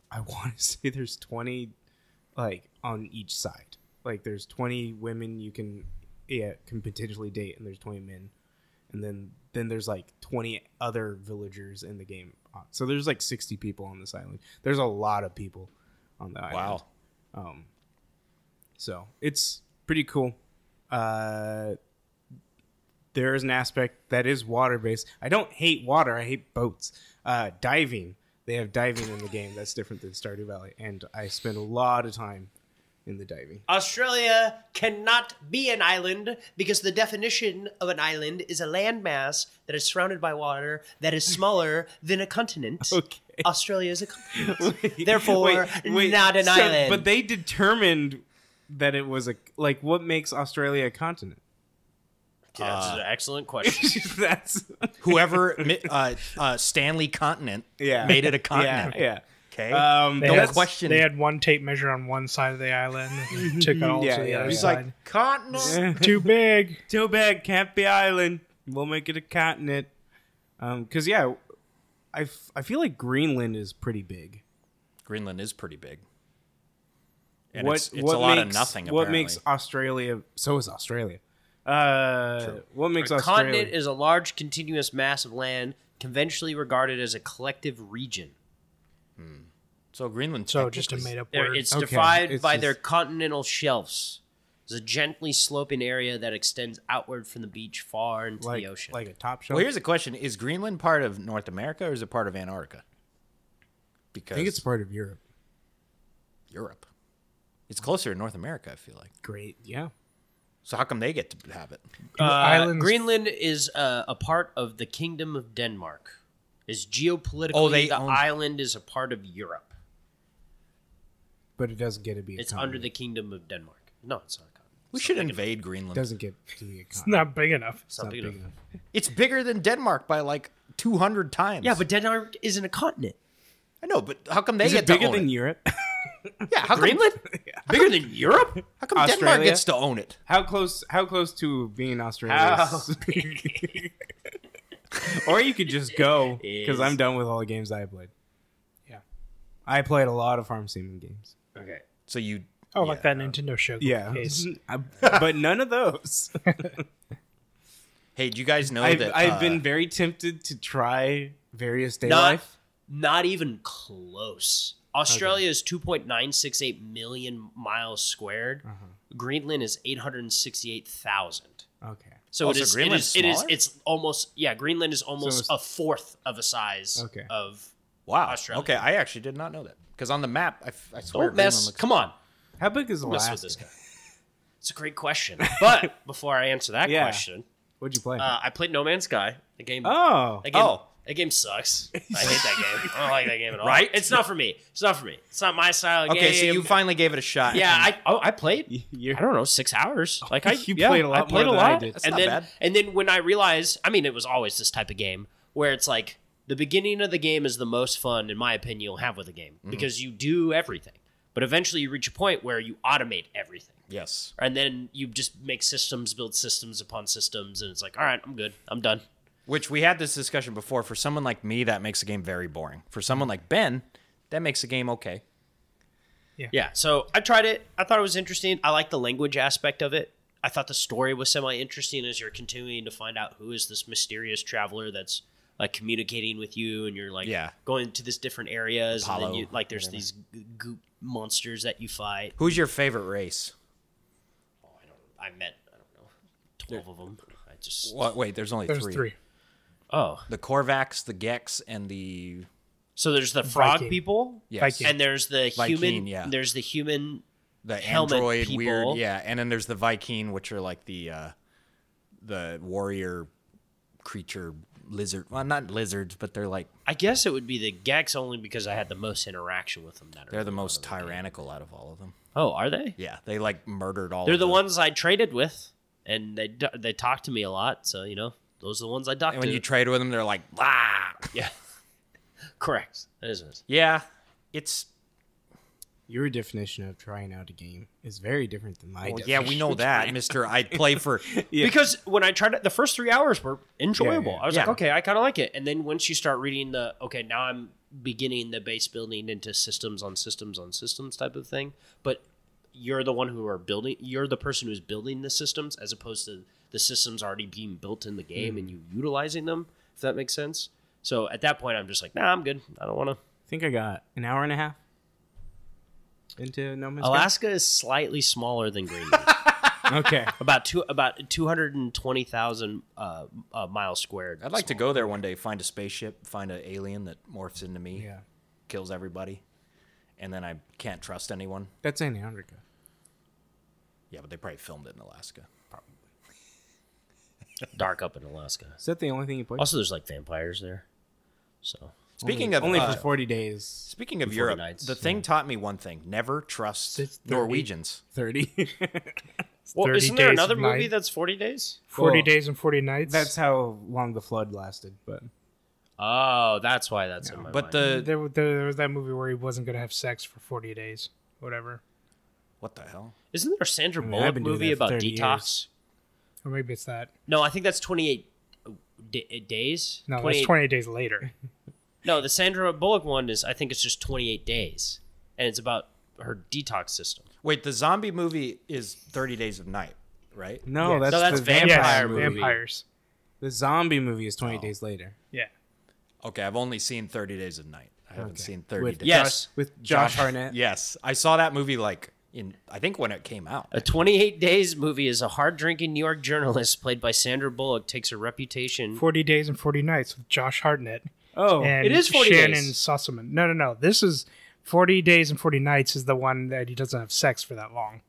S4: i want to [laughs] say there's 20 like on each side like there's 20 women you can yeah can potentially date and there's 20 men and then then there's like 20 other villagers in the game so there's like 60 people on this island there's a lot of people on the island
S2: Wow.
S4: so it's pretty cool. Uh, there is an aspect that is water based. I don't hate water. I hate boats. Uh, diving. They have diving in the game. That's different than Stardew Valley. And I spend a lot of time in the diving.
S3: Australia cannot be an island because the definition of an island is a landmass that is surrounded by water that is smaller than a continent.
S4: Okay.
S3: Australia is a continent. [laughs] Therefore, not an
S4: so-
S3: island.
S4: But they determined that it was a like what makes Australia a continent? [laughs]
S3: that's an excellent question.
S4: That's
S2: Whoever [laughs] mi- uh, uh, Stanley Continent
S4: yeah.
S2: made it a
S4: [laughs] yeah,
S2: continent.
S4: yeah.
S2: Okay.
S4: Um,
S1: They
S2: Don't
S1: had,
S2: question-
S1: They had one tape measure on one side of the island, and took it all
S4: [laughs] Yeah,
S1: to the
S4: yeah,
S1: other
S4: yeah.
S2: He's
S1: side.
S3: [laughs]
S2: like continent.
S4: [laughs] Yeah.
S1: Too big.
S4: Too bad, can't be island. We'll make it a continent. Um, cause yeah, I, f- I feel like Greenland is pretty big.
S2: Greenland is pretty big. And it's, it's a lot of nothing.
S4: What
S2: apparently.
S4: makes Australia? So is Australia. Uh, what makes
S3: a
S4: Australia?
S3: continent is a large continuous mass of land conventionally regarded as a collective region.
S2: so Greenland?
S1: So just a
S2: technically-
S1: made up
S3: They're-
S1: word.
S3: it's
S4: Okay,
S3: defined
S4: it's
S3: by
S4: just-
S3: their continental shelves. It's a gently sloping area that extends outward from the beach far into
S4: like,
S3: the ocean.
S4: like a top shelf.
S2: Well, here's a question: Is Greenland part of North America or is it part of Antarctica? Because
S4: I think it's part of Europe.
S2: Europe. It's closer to North America. I feel like.
S4: Great, yeah.
S2: So how come they get to have it?
S1: Uh, islands.
S3: Greenland is uh, a part of the Kingdom of Denmark. Is geopolitically
S2: Oh, they
S3: the
S2: own-
S3: island is a part of Europe.
S4: But it doesn't get to be. A
S3: It's
S4: continent.
S3: under the Kingdom of Denmark. No, it's not a continent.
S2: We should invade Greenland.
S4: Doesn't get to be a
S1: It's [laughs]
S4: continent.
S1: not big enough.
S3: It's not big enough.
S2: It's bigger than Denmark by like 200 times.
S3: Yeah, but Denmark isn't a continent.
S2: I know. But how come they
S4: Is
S2: get
S4: it bigger
S2: to own
S4: than
S2: it?
S4: Europe?
S2: [laughs] Yeah, how
S3: Greenland? [laughs] Bigger than Europe?
S2: Come, how come Denmark
S4: Australia?
S2: gets to own it?
S4: How close? How close to being Australia?
S3: How
S4: is- [laughs] or you could just go because I'm
S3: Is-
S4: done with all the games I played.
S1: Yeah.
S4: I played a lot of farm sim games.
S3: Okay.
S2: So you.
S1: Oh,
S2: yeah.
S1: like that Nintendo show.
S4: Yeah,
S1: case.
S4: [laughs] I- but none
S3: [laughs]
S4: of those.
S2: Hey, do you guys know
S4: I've,
S2: that uh,
S4: I've been very tempted to try various day
S3: Not-
S4: life.
S3: Not even close. Australia is 2.968 million miles squared. Greenland is 868,000.
S4: Okay,
S3: So
S2: Also,
S3: it is. It
S2: Greenland's
S3: is. It is.
S2: smaller?
S3: It's almost. Yeah, Greenland is almost
S4: it's-
S3: a fourth of a size
S4: Okay.
S3: of.
S2: Wow.
S3: Australia?
S2: Okay, I actually did not know that because on the map, I, f- I swear.
S3: Don't Oh, mess.
S2: Greenland looks-
S3: Come on.
S4: how big is
S3: Don't mess
S4: Alaska?
S3: with this guy. It's a great question. But before I answer that
S4: Yeah.
S3: question,
S4: What'd you play?
S3: uh, I played No Man's Sky. The game.
S4: oh, [laughs]
S3: That game,
S2: Oh.
S3: that game sucks. I hate that game. I don't like that game at all. Right? It's not for me. It's not for me. It's not my style of game.
S2: Okay, so you finally gave it a shot.
S3: Yeah, I oh, I played.
S4: You're-
S3: I don't know, six
S4: [laughs]
S3: hours. Like I,
S4: You
S3: yeah,
S4: played a lot
S3: I played
S4: more
S3: a
S4: than I
S3: lot.
S4: did.
S2: That's
S3: And
S2: not
S3: then,
S2: bad.
S3: and then when I realized, I mean, it was always this type of game where it's like the beginning of the game is the most fun, in my opinion, you'll have with a game
S4: Mm-hmm.
S3: because you do everything, but eventually you reach a point where you automate everything,
S2: yes.
S3: and then you just make systems, build systems upon systems, and it's like, all right, I'm good, I'm done.
S2: Which we had this discussion before. For someone like me, that makes a game very boring. For someone like Ben, that makes a game okay.
S3: Yeah. So I tried it. I thought it was interesting. I like the language aspect of it. I thought the story was semi interesting as you're continuing to find out who is this mysterious traveler that's like communicating with you and you're like
S2: Yeah.
S3: going to this different areas and
S2: Apollo,
S3: then you like there's these g- goop monsters that you fight.
S2: Who's your favorite race?
S3: Oh, I don't I met I don't know 12 of them. I just
S2: Well, wait, there's only
S1: There's
S2: three.
S1: three.
S3: Oh.
S2: The Corvax, the Gex, and the
S3: So there's the frog
S1: Viking.
S3: people
S2: yes,
S1: Viking.
S3: and there's the
S2: Viking,
S3: human
S2: yeah.
S3: there's the human
S2: the
S3: helmet
S2: android
S3: people.
S2: weird, yeah. And then there's the Viking, which are like the uh, the warrior creature lizard. Well, not lizards, but they're like
S3: I guess it would be the Gex only because I had the most interaction with them that
S2: they're the
S3: early on
S2: most
S3: in game.
S2: tyrannical out of all of them.
S3: Oh, are they?
S2: Yeah, they like murdered all.
S3: They're
S2: of
S3: the
S2: them.
S3: ones I traded with, and they d- they talk to me a lot. So you know, those are the ones I talk
S2: And
S3: to.
S2: when you trade with them, they're like, ah,
S3: yeah, correct. That is nice.
S2: yeah. It's
S4: your definition of trying out a game is very different than my.
S2: well, yeah, we [laughs] know
S4: definition.
S2: that, Mister. I play [laughs] for
S3: Because when I tried it, the first three hours were enjoyable.
S4: yeah.
S3: I was like,
S2: Yeah.
S3: okay, I kind of like it. And then once you start reading the, okay, now I'm beginning the base building into systems on systems on systems type of thing. But you're the one who are building. You're the person who's building the systems, as opposed to the systems already being built in the game
S2: Mm.
S3: and you utilizing them. If that makes sense. So at that point, I'm just like, nah, I'm good. I don't want to.
S4: I think I got an hour and a half into No Man's Sky.
S3: Alaska is slightly smaller than Greenland,
S4: Okay.
S3: [laughs] about two about two hundred and twenty thousand uh, uh, miles squared.
S2: I'd like to go there one day, find a spaceship, find an alien that morphs into me,
S4: Yeah.
S2: kills everybody, and then I can't trust anyone.
S4: That's Antarctica.
S2: Yeah, but they probably filmed it in Alaska.
S3: dark up in Alaska.
S4: Is that the only thing you played?
S3: Also, there's like vampires there, so
S2: Speaking
S4: only,
S2: of
S4: only
S2: uh,
S4: for forty days.
S2: speaking of
S3: Before the
S2: Europe,
S3: Knights,
S2: the thing taught me one thing: never trust
S4: It's thirty.
S2: Norwegians.
S4: Thirty. [laughs]
S3: well,
S1: 30
S3: isn't there
S1: days
S3: another
S1: of
S3: movie
S1: night.
S3: that's forty days?
S1: Forty
S4: Well,
S1: days and forty nights.
S4: That's how long the flood lasted. But
S3: Oh, that's why that's in my mind.
S2: But the
S1: there, wa- there was that movie where he wasn't gonna have sex for forty days, whatever.
S2: what the hell?
S3: isn't there a Sandra
S4: mean, I've
S3: Bullock
S4: been doing
S3: movie
S4: that for
S3: about
S4: 30
S3: detox?
S4: years.
S1: Or maybe it's that.
S3: No, I think that's twenty eight. D- uh, days?
S1: No, that's twenty days later.
S3: No, the Sandra Bullock one is. I think it's just twenty-eight days, and it's about her detox system.
S2: Wait, the zombie movie is Thirty Days of Night, right?
S4: no,
S1: Yes.
S4: that's
S3: No, that's
S4: the
S3: vampire
S1: yes,
S3: movie.
S1: vampires.
S4: The zombie movie is twenty days later.
S1: Yeah,
S2: Okay, I've only seen Thirty Days of Night. I haven't
S4: Okay.
S2: seen Thirty
S4: with
S2: Days.
S3: Yeah. Yes.
S4: Josh, with Josh Harnett.
S2: Yes, I saw that movie like in I think when it came out.
S3: A 28 Days movie is a hard drinking New York journalist played by Sandra Bullock takes her reputation.
S1: forty days and forty nights with Josh Hartnett
S4: Oh,
S1: and
S3: it is 40
S1: Shannon
S3: days.
S1: Sussman. No, no, no. This is forty days and forty nights is the one that he doesn't have sex for that long.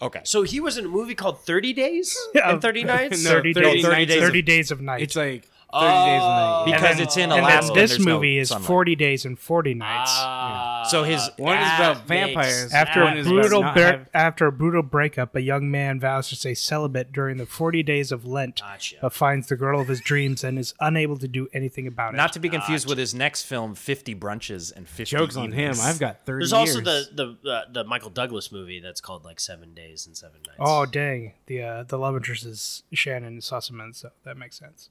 S2: Okay,
S3: so he was in a movie called 30
S4: [laughs]
S3: Days
S1: Yeah.
S3: and 30 Nights?
S4: No,
S1: 30 days-
S2: 30 days of-
S1: Thirty days of night.
S4: it's like thirty days a
S3: Oh.
S4: night. yeah.
S2: because
S1: then-
S2: it's in
S1: and
S2: Alaska.
S1: then this
S2: there's no
S1: movie is
S2: sunlight.
S1: forty days and forty nights.
S3: Ah,
S2: So his-
S4: One is
S3: that makes
S4: about vampires.
S1: After
S4: One
S1: a
S4: is about
S1: brutal
S4: not
S1: bre-
S4: having-
S1: after a brutal breakup, a young man vows to stay celibate during the 40 days of Lent,
S2: Ah,
S3: Gotcha.
S1: but finds the girl of his dreams and is unable to do anything about it.
S2: Not to be confused with his next film, Fifty Brunches and Fifty.
S4: jokes on him.
S2: Evenings.
S4: I've got thirty.
S3: There's also
S4: years.
S3: the the uh, the Michael Douglas movie that's called like Seven Days and Seven Nights.
S1: oh dang, the uh, the love interest is Shannon Sussman, so that makes sense.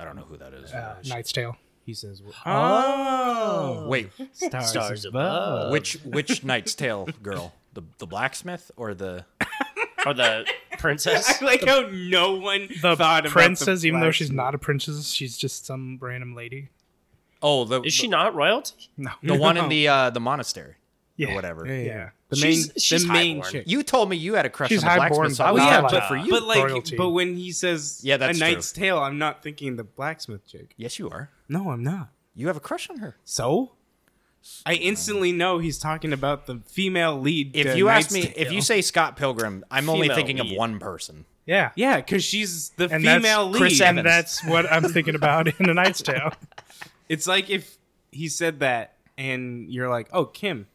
S2: I don't know who that is.
S1: Uh, Knight's Tale.
S4: He says, "Oh,
S2: Wait,
S4: stars,
S3: Stars
S4: above." [laughs]
S3: above.
S2: which which Knight's Tale girl? The the blacksmith or the
S3: or the
S4: [laughs]
S3: princess.
S4: I like how no one
S1: The
S4: thought about
S1: princess, even though
S4: flags.
S1: she's not a princess, she's just some random lady.
S2: oh the
S3: Is she not royalty?
S1: No,
S2: the
S4: [laughs]
S2: one in the uh, the monastery
S1: yeah,
S2: or whatever?
S4: Yeah, yeah.
S1: Yeah.
S4: the main,
S3: She's- she's
S4: the main
S3: highborn.
S4: chick.
S2: You told me you had a crush
S1: She's
S2: on the
S1: highborn,
S2: blacksmith, so I
S1: but
S2: was
S1: not
S2: yeah,
S1: like-
S2: but for you,
S4: but like,
S1: royalty.
S4: but when he says,
S2: Yeah, that's
S4: a knight's tale," I'm not thinking the blacksmith chick.
S2: yes, you are.
S4: No, I'm not.
S2: You have a crush on her.
S4: So I instantly know he's talking about the female lead.
S2: If
S4: to
S2: you ask
S4: Knight's
S2: me,
S4: Tale.
S2: if you say Scott Pilgrim, I'm only
S3: Female
S2: thinking of
S3: lead.
S2: one person.
S1: Yeah.
S4: yeah, because she's the
S1: And that's
S4: female lead.
S2: Chris
S1: And
S2: Evans.
S1: that's what I'm thinking about in A Knight's Tale.
S4: It's like if he said that, and you're like, "Oh, Kim."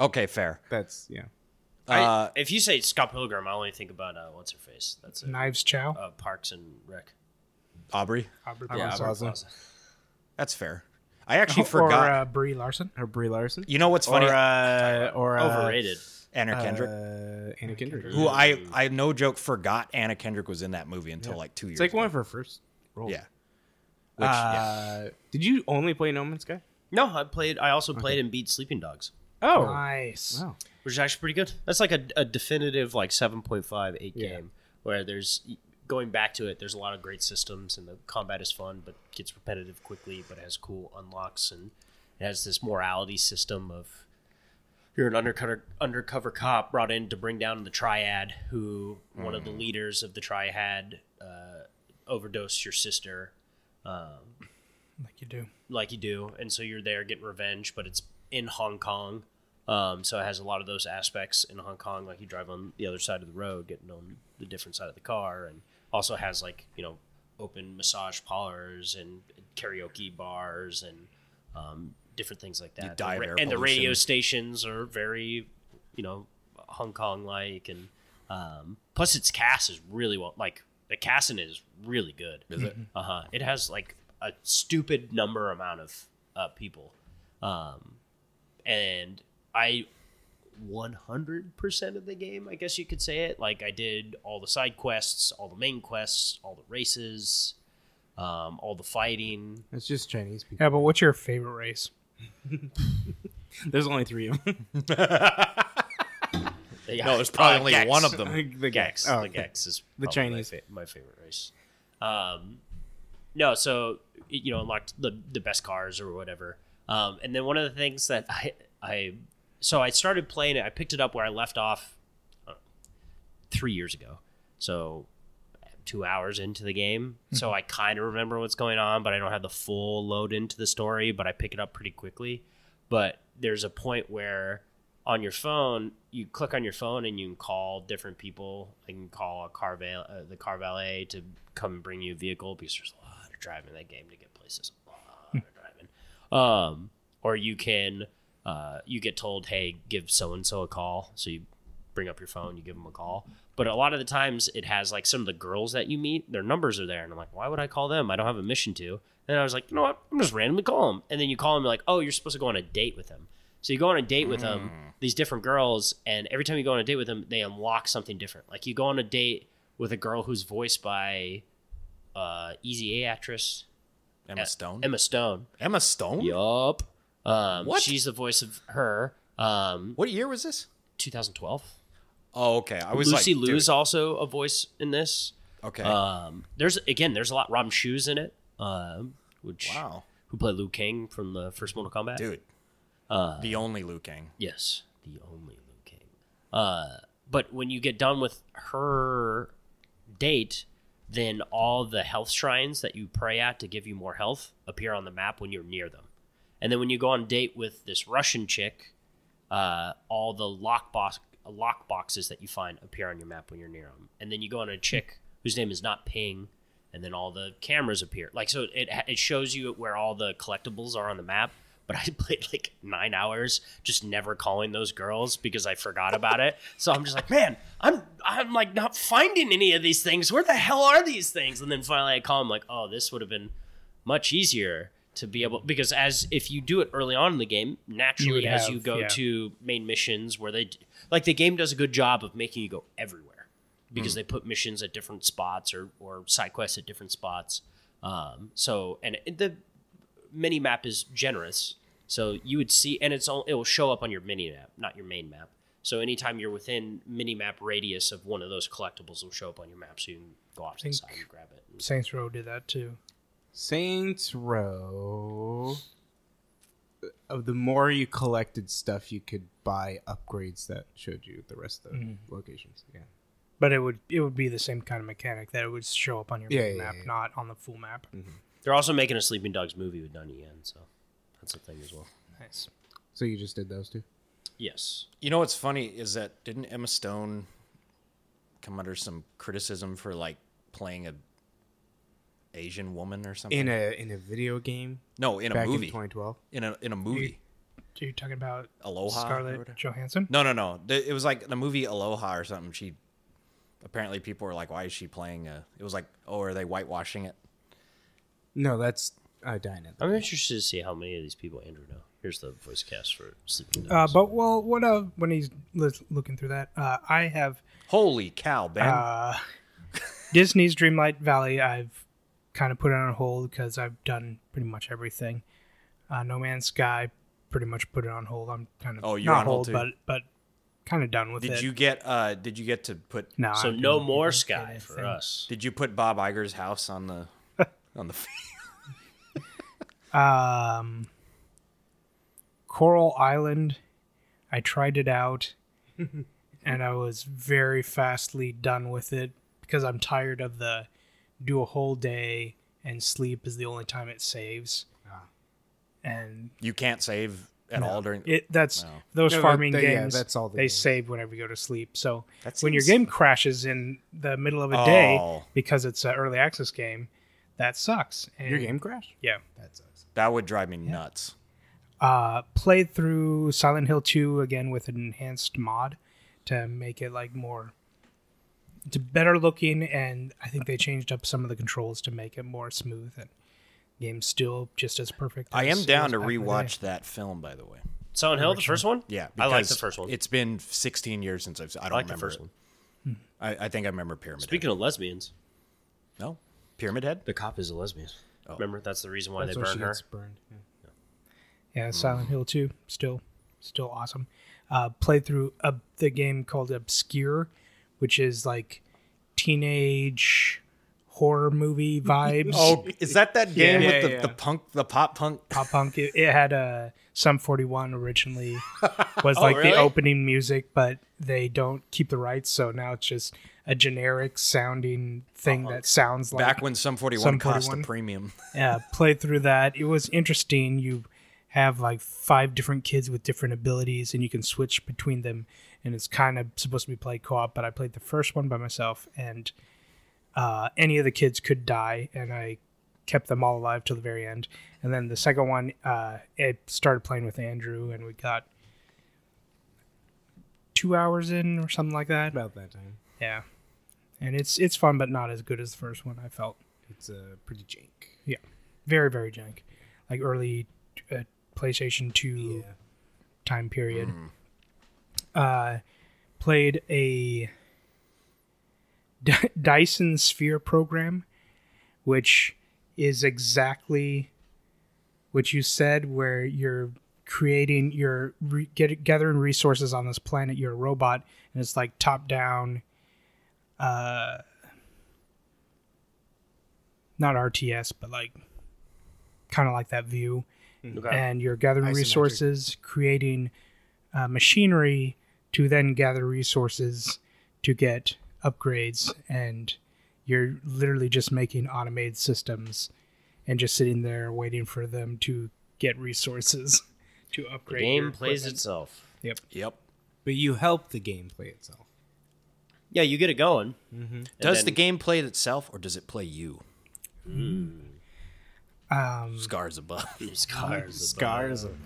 S2: Okay, fair.
S4: That's yeah.
S3: I,
S2: Uh,
S3: if you say Scott Pilgrim, I only think about uh, what's her face. That's it.
S1: Knives Chow.
S3: Uh, Parks and Rec.
S2: Aubrey,
S1: Aubrey
S4: Yeah,
S1: Plaza.
S4: Plaza.
S2: that's fair. I
S4: [laughs]
S2: actually
S1: Or
S2: forgot.
S1: uh, Brie Larson.
S4: Or Brie Larson.
S2: you know what's funny?
S4: Or uh, or uh,
S3: Overrated.
S2: Anna Kendrick.
S4: Uh, Anna Kendrick.
S2: who I I no joke forgot Anna Kendrick was in that movie until like two years.
S4: It's like
S2: ago.
S4: one Uh, of her first roles.
S2: Yeah.
S4: Which,
S2: Which, yeah.
S4: Did you only play No Man's Sky?
S3: No, I played. I also played and beat Sleeping Dogs,
S4: Oh,
S1: Nice.
S4: wow.
S3: which is actually pretty good. That's like a, a definitive like seven point five eight
S4: Yeah.
S3: game where there's going back to it. There's a lot of great systems and the combat is fun, but gets repetitive quickly. But it has cool unlocks and it has this morality system of you're an undercover undercover cop brought in to bring down the triad, who one of the leaders of the triad uh, overdosed your sister. Um,
S1: Like you do.
S3: like you do, and so you're there getting revenge, but it's in Hong Kong. Um, so it has a lot of those aspects in Hong Kong, like you drive on the other side of the road, getting on the different side of the car, and also has like you know open massage parlors and karaoke bars and um, different things like that.
S2: die of
S3: The
S2: air
S3: and the radio
S2: pollution.
S3: stations are very you know Hong Kong like, and um, plus its cast is really well like the cast in it is really good. Is it? Uh huh. It has like a stupid number amount of uh, people, um, and I 100% of the game, I guess you could say it. Like I did all the side quests, all the main quests, all the races, um, all the fighting.
S4: It's just Chinese people.
S1: Yeah, but what's your favorite race?
S4: [laughs] There's only three of them.
S2: No, there's probably
S3: Uh,
S2: only
S3: Gex.
S2: one of them.
S4: [laughs] the
S3: Gex.
S4: Oh,
S3: the
S4: okay.
S3: Gex is
S4: The
S3: probably
S4: Chinese.
S3: my, fa- my favorite race. Um, no, so you know, unlocked the the best cars or whatever. Um, and then one of the things that I I so I started playing it. I picked it up where I left off uh, three years ago. So two hours into the game, so I kind of remember what's going on, but I don't have the full load into the story. But I pick it up pretty quickly. But there's a point where on your phone, you click on your phone and you can call different people. I can call a car val- uh, the car valet to come bring you a vehicle because there's a lot of driving in that game to get places. A lot of driving. Um, or you can uh, you get told, hey, give so and so a call. So you bring up your phone, you give them a call. But a lot of the times, it has like some of the girls that you meet, their numbers are there, and I'm like, why would I call them? I don't have a mission to. And I was like, you know what? I'm just randomly call them. And then you call them, like, oh, you're supposed to go on a date with them. So you go on a date with them, these different girls, and every time you go on a date with them, they unlock something different. Like you go on a date with a girl who's voiced by uh, Easy A actress
S2: Emma Stone. Emma,
S3: Emma Stone.
S2: Stone.
S3: Yup. Um,
S2: What?
S3: She's the voice of her. Um,
S2: What year was this?
S3: 2012.
S2: Oh, okay. I was
S3: Lucy
S2: like, dude,
S3: Liu's also a voice in this.
S2: Okay.
S3: Um, there's again, there's a lot. Rom Shoes in it, um, which
S2: wow,
S3: who played Liu Kang from the first Mortal Kombat.
S2: dude.
S3: Uh,
S2: the only Liu Kang.
S3: Yes, the only Liu Kang. Uh, but when you get done with her date, then all the health shrines that you pray at to give you more health appear on the map when you're near them. And then when you go on a date with this Russian chick, uh, all the lock box lock boxes that you find appear on your map when you're near them. And then you go on a chick whose name is not Ping, and then all the cameras appear. Like so, it it shows you where all the collectibles are on the map. But [laughs] I played like nine hours just never calling those girls because I forgot about it. So I'm just like, man, I'm I'm like not finding any of these things. Where the hell are these things? And then finally I call them like, oh, this would have been much easier to be able because as if you do it early on in the game, naturally
S1: would
S3: as
S1: have,
S3: you go
S1: yeah.
S3: to to main missions where they like the game does a good job of making you go everywhere because they put missions at different spots or or side quests at different spots. Um, so and it- the mini map is generous, so you would see and it's all it will show up on your mini map, not your main map. So anytime you're within mini map radius of one of those collectibles, will show up on your map, so you can go off to the
S1: Think-
S3: side and grab it.
S1: Saints Row did that too.
S4: Saints Row. Uh, the more you collected stuff, you could buy upgrades that showed you the rest of the locations. Yeah.
S1: But it would it would be the same kind of mechanic that it would show up on your
S4: Yeah,
S1: main
S4: yeah,
S1: map,
S4: yeah. Mm-hmm.
S1: not on the full map.
S3: They're also making a Sleeping Dogs movie with Donnie Yen, so that's a thing as well.
S1: Nice.
S4: So you just did those two.
S3: Yes.
S2: You know what's funny is that didn't Emma Stone come under some criticism for like playing a Asian woman or something?
S4: In a in a video game
S2: no, in a
S4: back in
S2: movie.
S4: 2012.
S2: In a in a movie.
S1: Are you talking about
S2: Aloha or whatever?
S1: Scarlett Johansson?
S2: No, no, no. The- It was like the movie Aloha or something. She apparently people were like, "Why is she playing?" A, it was like, "Oh, are they whitewashing it?"
S4: No, that's uh, Dinah.
S3: I'm interested to see how many of these people Andrew know. Here's the voice cast for Sleeping
S1: Uh,
S3: Dogs.
S1: but well, what uh, when he's li- looking through that, uh, I have
S2: Holy cow, Ben!
S1: uh, Disney's Dreamlight Valley. I've kind of put it on hold because I've done pretty much everything. Uh, no Man's Sky, pretty much put it on hold. I'm kind of
S2: Oh, you're
S1: not
S2: on hold too.
S1: but but kind of done with
S2: did
S1: it.
S2: you get? uh Did you get to put?
S1: No,
S3: so
S1: I'm
S3: no
S1: doing-
S3: more
S1: doing
S3: sky for
S1: anything.
S3: us.
S2: Did you put Bob Iger's house
S1: [laughs]
S2: on the on the?
S1: Um, Coral Island. I tried it out, and I was very fastly done with it because I'm tired of the do a whole day and sleep is the only time it saves. And
S2: You can't save at all during.
S1: it that's
S2: No.
S1: those
S4: No, but
S1: farming
S4: they- yeah,
S1: games.
S4: that's all the
S1: they
S4: games.
S1: save whenever you go to sleep. So
S2: That
S1: when your game
S2: seems-
S1: crashes in the middle of a day
S2: Oh.
S1: because it's an early access game, that sucks. And,
S4: Your game crash.
S1: yeah.
S4: That sucks.
S2: that would drive me nuts.
S1: uh, played through Silent Hill 2 again with an enhanced mod to make it like more to better looking and I think they changed up some of the controls to make it more smooth and game's still just as perfect.
S2: I
S1: as
S2: am
S1: it
S2: down
S1: was
S2: to
S1: back in the day.
S2: rewatch that film, by the way.
S3: Silent Hill, the first one.
S2: Yeah,
S3: I like the
S2: because
S3: first one.
S2: It's been 16 years since I've. I don't
S3: like the
S2: remember
S3: first
S2: it.
S1: Hmm.
S2: I, I think I remember Pyramid.
S3: Speaking of lesbians,
S2: Head. no,
S3: [laughs]
S2: Pyramid Head.
S3: the cop is a lesbian. Remember, Oh. that's the reason why
S4: That's
S3: they
S4: why
S3: burn
S4: she
S3: her.
S4: gets burned. Yeah.
S1: Yeah,
S2: Mm.
S1: Silent Hill 2 still still awesome. Uh, played through uh, the game called Obscure, which is like teenage horror
S2: [laughs]
S1: movie vibes.
S2: Oh, is that that game
S4: Yeah,
S2: with the,
S4: yeah.
S2: the punk, the pop punk?
S1: pop punk. It, it had a Sum 41
S2: [laughs]
S1: originally was like
S2: Oh, really?
S1: the opening music, but they don't keep the rights, so now it's just a generic sounding thing that sounds like.
S2: Back when Sum 41
S1: Sum
S2: cost a
S1: 41.
S2: premium.
S1: yeah, play through that. It was interesting. You have like five different kids with different abilities, and you can switch between them. And it's kind of supposed to be played co-op, but I played the first one by myself, and uh, any of the kids could die, and I kept them all alive till the very end. And then the second one, uh, it started playing with Andrew, and we got two hours in or something like that.
S4: About that time,
S1: Yeah, and it's it's fun, but not as good as the first one. I felt
S4: it's uh, pretty jank.
S1: yeah, very very jank, like early uh, PlayStation Two
S4: Yeah.
S1: time period. Uh, played a [laughs] D- Dyson Sphere program, which is exactly what you said, where you're creating, you're re- get, gathering resources on this planet. You're a robot, and it's like top down. Uh, not RTS, but like kind of like that view. And you're gathering
S4: Isometric.
S1: resources, creating uh, machinery to then gather resources to get upgrades. And you're literally just making automated systems and just sitting there waiting for them to get resources [laughs] to
S3: The
S1: upgrade. your
S3: game plays
S1: equipment.
S3: itself.
S2: [laughs] Yep.
S4: But you help the gameplay itself.
S3: Yeah, you get it going.
S2: Does
S3: then-
S2: the game play it itself or does it play you?
S1: Um,
S3: [laughs]
S2: Scars above.
S3: Scars.
S4: Scars. Of-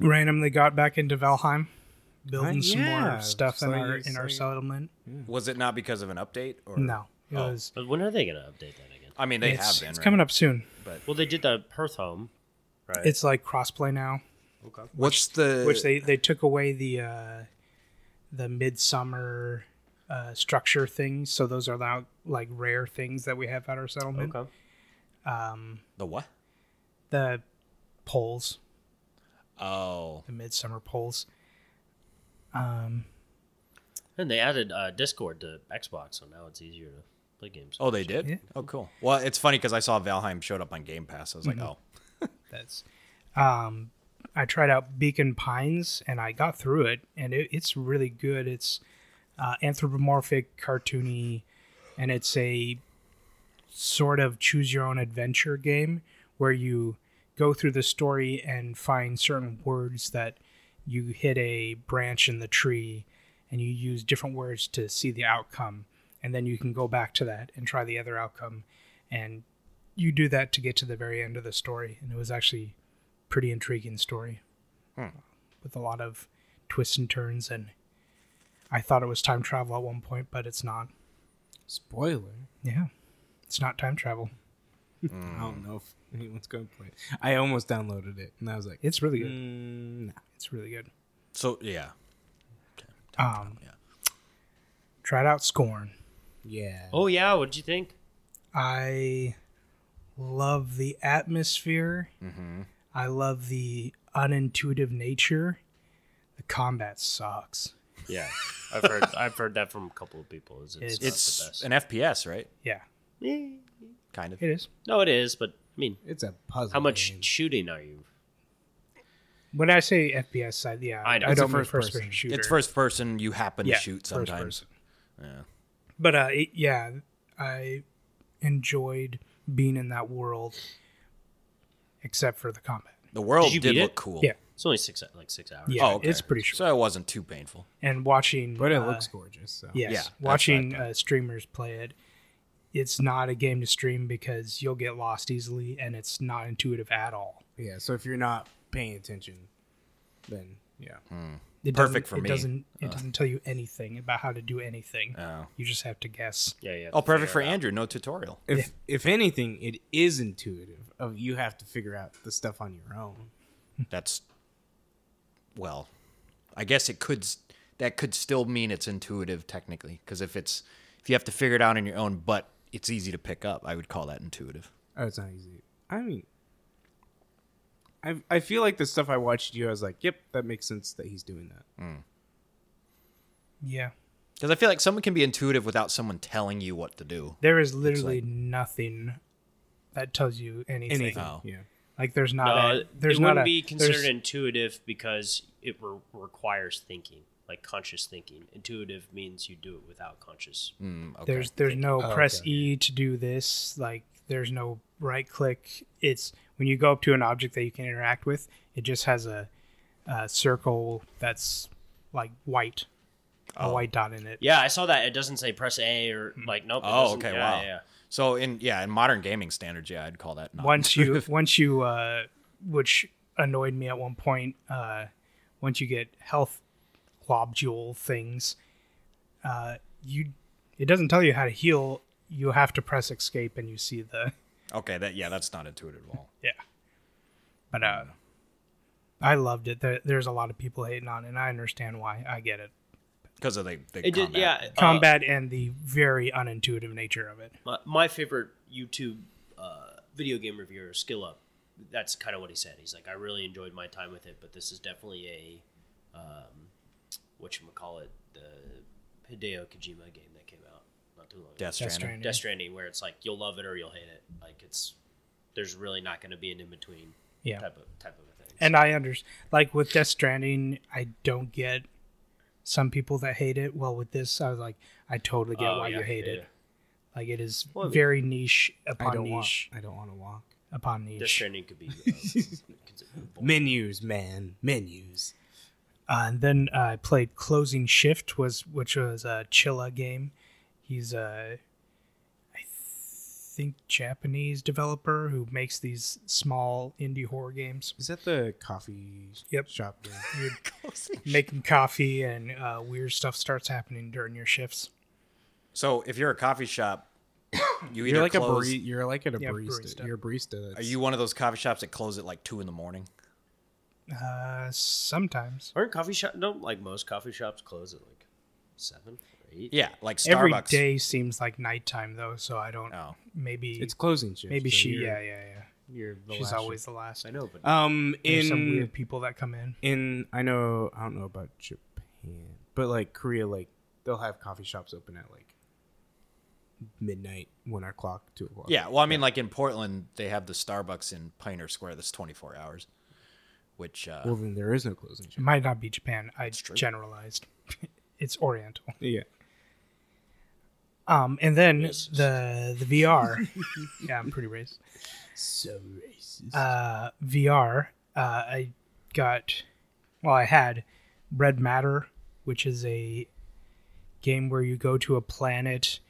S1: randomly got back into Valheim,
S2: Uh,
S1: building some
S4: yeah,
S1: more stuff in
S4: so
S1: our
S4: you-
S1: in our
S4: so you-
S1: settlement.
S2: Was it not because of an update? Or?
S1: No, it
S2: Oh.
S1: was.
S3: But when are they going to update that again?
S2: I mean, they
S1: it's
S2: have been.
S1: it's
S2: right?
S1: coming up soon.
S3: Well, they did the Perth home, right?
S1: It's like crossplay now,
S2: What's the.
S1: which they they took away the uh, the midsummer uh, structure things. So those are now like rare things that we have at our settlement.
S3: okay.
S2: The what?
S1: The poles,
S2: Oh.
S1: the midsummer poles.
S3: And they added uh, Discord to Xbox, so now it's easier to play games.
S2: Oh, they did?
S1: Yeah.
S2: Oh, cool. Well, it's funny because I saw Valheim showed up on Game Pass. I was
S1: Mm-hmm.
S2: like, oh.
S1: That's. Um, I tried out Beacon Pines and I got through it, and it, it's really good. It's uh, anthropomorphic, cartoony, and it's a sort of choose your own adventure game where you go through the story and find certain words that you hit a branch in the tree and you use different words to see the outcome and then you can go back to that and try the other outcome and you do that to get to the very end of the story and it was actually pretty intriguing story with a lot of twists and turns and i thought it was time travel at one point but it's not
S4: Spoiler.
S1: yeah it's not time travel
S4: I don't know if [laughs] anyone's going to play it. I almost downloaded it and I was like,
S1: it's really good
S4: mm, nah.
S1: it's really good
S2: So yeah,
S1: um
S2: yeah.
S1: tried out scorn
S4: yeah.
S3: Oh yeah, what'd you think?
S1: I love the atmosphere. I love the unintuitive nature. The combat sucks.
S2: [laughs] yeah.
S3: I've heard I've heard that from a couple of people. Is it's, not the
S2: It's
S3: best.
S2: an FPS, right?
S1: Yeah,
S3: Eh,
S2: Kind of.
S1: it is.
S3: No, it is, but I mean,
S4: It's a puzzle.
S3: how much
S4: game.
S3: shooting are you?
S1: When I say FPS side, yeah,
S3: I
S1: I,
S3: know.
S1: I
S3: It's a
S1: don't mean
S4: first
S1: first
S4: person.
S1: person shooter.
S2: It's first person. You happen
S1: Yeah,
S2: to shoot
S1: first
S2: sometimes.
S1: person.
S2: Yeah.
S1: but uh, it, yeah, I enjoyed being in that world, except for the combat.
S2: The world
S3: Did you
S2: did,
S3: beat
S2: look
S3: it?
S2: cool.
S1: Yeah,
S3: It's only six like six hours.
S1: yeah,
S2: Oh, okay.
S1: it's pretty short.
S2: So it wasn't too painful.
S1: and watching,
S4: But it
S1: uh,
S4: looks gorgeous. So.
S1: Yes.
S2: Yeah, that's what I
S1: Watching
S2: thought.
S1: uh, streamers play it, it's not a game to stream because you'll get lost easily and it's not intuitive at all.
S4: Yeah. So if you're not paying attention, then yeah.
S1: It doesn't-
S2: Perfect for
S1: it
S2: me.
S1: Doesn't, it doesn't tell you anything about how to do anything.
S2: Oh.
S1: You just have to guess.
S3: yeah, yeah.
S2: Oh, perfect
S3: figure
S2: for
S3: it out.
S2: Andrew. No tutorial.
S4: If if anything, it is intuitive. Of you have to figure out the stuff on your own.
S2: That's well, I guess it could s- that could still mean it's intuitive technically because if it's if you have to figure it out on your own, but it's easy to pick up, I would call that intuitive.
S4: Oh, it's not easy. I mean, I I feel like the stuff I watched you, I was like, yep, that makes sense that he's doing that.
S1: Yeah.
S2: Because I feel like someone can be intuitive without someone telling you what to do.
S1: There is literally nothing that tells you anything.
S4: Anything.
S2: Oh.
S4: Yeah.
S1: Like there's not
S3: No,
S1: a there's
S3: Uh, it
S1: not
S3: wouldn't
S1: a,
S3: be considered
S1: there's-
S3: intuitive because it re- requires thinking, like conscious thinking. Intuitive means you do it without conscious.
S2: Mm, okay.
S1: there's there's no
S4: Oh,
S1: press
S4: okay.
S1: E to do this. Like there's no right click. It's when you go up to an object that you can interact with, it just has a, a circle that's like white,
S4: Oh.
S1: a white dot in it.
S3: Yeah, I saw that. It doesn't say press A or
S1: Mm.
S3: like nope. it
S2: oh,
S3: doesn't-
S2: okay,
S3: yeah,
S2: wow.
S3: Yeah,
S2: So in yeah, in modern gaming standards, yeah, I'd call that not
S1: Once
S3: [laughs]
S1: you
S2: intuitive.
S1: once you uh, which annoyed me at one point. Uh, once you get health globule things, uh, you it doesn't tell you how to heal. You have to press escape, and you see the
S2: okay, that yeah, that's not intuitive at all.
S1: Yeah. But uh I loved it. There, there's a lot of people hating on it, and I understand why. I get it.
S2: Because of the, the
S3: it did.
S2: combat.
S3: Yeah, uh,
S1: Combat and the very unintuitive nature of it.
S3: my, my favorite YouTube uh, video game reviewer, Skill Up, that's kind of what he said. He's like, I really enjoyed my time with it, but this is definitely a um, what you call it, the Hideo Kojima game that came out not too long ago.
S2: Death Stranding.
S1: Stranding.
S3: Death Stranding, where it's like you'll love it or you'll hate it. Like it's there's really not going to be an in between
S1: Yeah.
S3: type of type of a thing.
S1: And I understand. Like with Death Stranding, I don't get some people that hate it. Well, with this, I was like, I totally get
S3: Oh,
S1: why
S3: yeah,
S1: you hate
S3: yeah,
S1: it. Like it is
S3: Well, I mean-
S1: very niche
S4: I
S1: upon
S4: don't want.
S1: niche
S4: I don't want to walk.
S1: upon
S3: Death
S1: niche.
S3: Stranding could be. Uh,
S1: [laughs]
S3: considered boring.
S4: Menus, man. Menus.
S1: Uh, and then uh, I played Closing Shift, was which was a Chilla game. He's a, I think Japanese developer who makes these small indie horror games.
S4: Is that the coffee
S1: Yep.
S4: shop? Game?
S1: [laughs] You're making coffee and uh, weird stuff starts happening during your shifts.
S2: So if you're a coffee shop, you either
S4: You're like
S2: close,
S4: a barista. You're like at a
S1: Yeah,
S4: barista.
S1: barista.
S4: You're a barista.
S2: Are
S4: that's-
S2: you one of those coffee shops that close at like two in the morning?
S1: Uh, sometimes
S3: Aren't coffee shop? Don't like most coffee shops close at like seven or eight.
S2: Yeah, like Starbucks.
S1: every day seems like nighttime though, so I don't.
S2: Oh.
S1: Maybe
S4: It's closing shift.
S1: maybe
S4: so
S1: she.
S4: you're-
S1: Yeah, yeah, yeah.
S4: You're the
S1: She's
S4: last
S1: always the last.
S3: I know, but
S4: shift. Um,
S1: There's some
S4: in
S1: weird people that come in.
S4: in I know I don't know about Japan, but like Korea, like they'll have coffee shops open at like midnight, one o'clock, two o'clock.
S2: Yeah, well, I mean, like in Portland, they have the Starbucks in Pioneer Square that's 24 hours, which uh,
S4: Well, then there is no closing
S1: It
S4: shift.
S1: might not be Japan. I [laughs]
S2: true. [laughs]
S1: generalized. it's Oriental.
S4: Yeah.
S1: Um, and then the the
S4: [laughs]
S1: VR. yeah, I'm pretty racist.
S4: So racist.
S1: Uh, VR. Uh, I got, well, I had Red Matter, which is a game where you go to a planet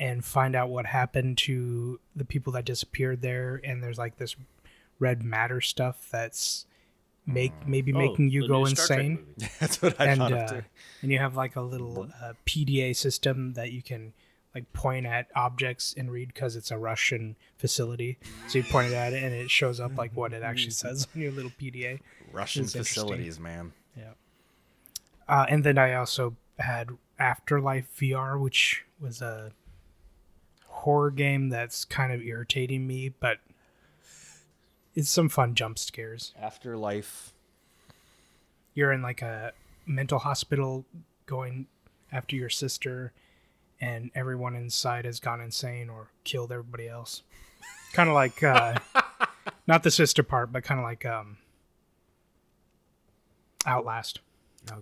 S1: and find out what happened to the people that disappeared there, and there's like this red matter stuff that's make
S4: Oh,
S1: maybe
S3: Oh,
S1: making you go insane
S2: [laughs] That's what I
S1: and
S2: thought
S1: uh,
S2: of too.
S1: and you have like a little uh, PDA system that you can like point at objects and read because it's a Russian facility. So you point it at it and it shows up like what it actually says on your little PDA.
S2: Russian
S1: it's interesting.
S2: facilities, man.
S1: Uh, and then I also had Afterlife VR, which was a horror game that's kind of irritating me, but it's some fun jump scares.
S2: Afterlife.
S1: you're in like a mental hospital going after your sister and everyone inside has gone insane or killed everybody else kind of like uh not the sister part but kind of like um outlast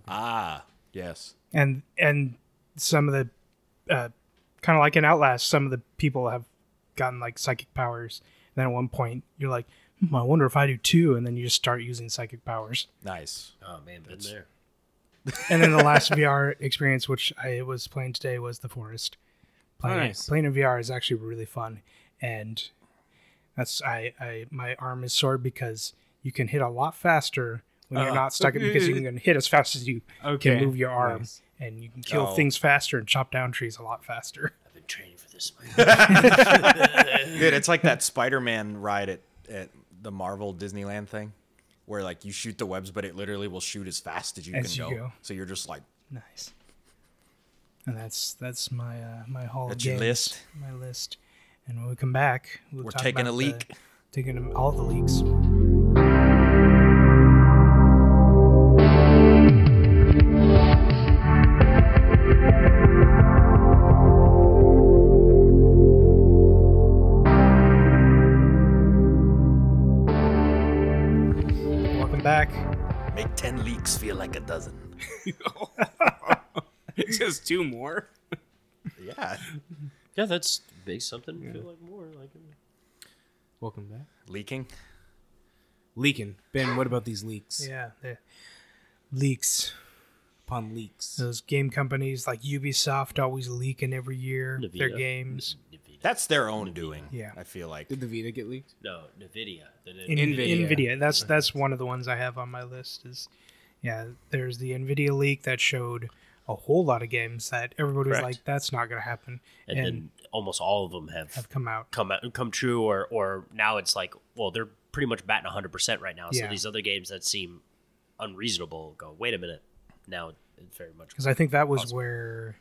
S2: Ah, yes.
S1: and and some of the uh kind of like in outlast some of the people have gotten like psychic powers and then at one point you're like hmm, i wonder if i do too and then you just start using psychic powers
S2: Nice.
S3: Oh man, been there.
S1: and then the
S4: [laughs]
S1: last VR experience, which I was playing today, was the forest. Playing,
S4: Nice.
S1: playing in VR is actually really fun, and that's I, I my arm is sore because you can hit a lot faster when you're
S4: Uh,
S1: not stuck because you can hit as fast as you
S4: Okay,
S1: can move your arm,
S4: nice.
S1: and you can kill
S2: Oh.
S1: things faster and chop down trees a lot faster. [laughs]
S3: I've been training for this. [laughs] man.
S2: Dude, it's like that Spider-Man ride at, at the Marvel Disneyland thing, where like you shoot the webs, but it literally will shoot as fast as you
S1: As
S2: can
S1: you
S2: go.
S1: go.
S2: So you're just like,
S1: Nice. And that's that's my uh, my hall
S2: That's
S1: of
S2: your
S1: games,
S2: list.
S1: my list. And when we come back, we'll
S2: We're
S1: talk
S2: taking
S1: about
S2: a
S1: the-
S2: leak.
S1: taking all the leaks. Welcome back.
S2: make ten leaks feel like a dozen.
S4: Just two more.
S2: Yeah.
S3: yeah, that's big something. Feel like more like.
S4: Welcome back.
S2: Leaking.
S4: Leaking. Ben, what about these leaks?
S1: Yeah, the leaks.
S4: Upon leaks.
S1: Those game companies like Ubisoft always leaking every year their
S3: Nvidia.
S1: games.
S3: Nvidia.
S2: That's their own doing.
S1: Yeah.
S2: I feel like.
S4: Did the Vita get leaked?
S3: No, Nvidia. The Nvidia.
S1: In-
S4: Nvidia.
S1: Nvidia. That's that's one of the ones I have on my list. Is yeah, there's the Nvidia leak that showed a whole lot of games that everybody was
S2: Correct.
S1: like, "That's not going to happen," and,
S3: and then almost all of them have,
S1: have come out.
S3: come out, come true, or or now it's like, well, they're pretty much batting hundred percent right now.
S1: Yeah.
S3: So these other games that seem unreasonable go, wait a minute, now it's very much.
S1: Because I think that was where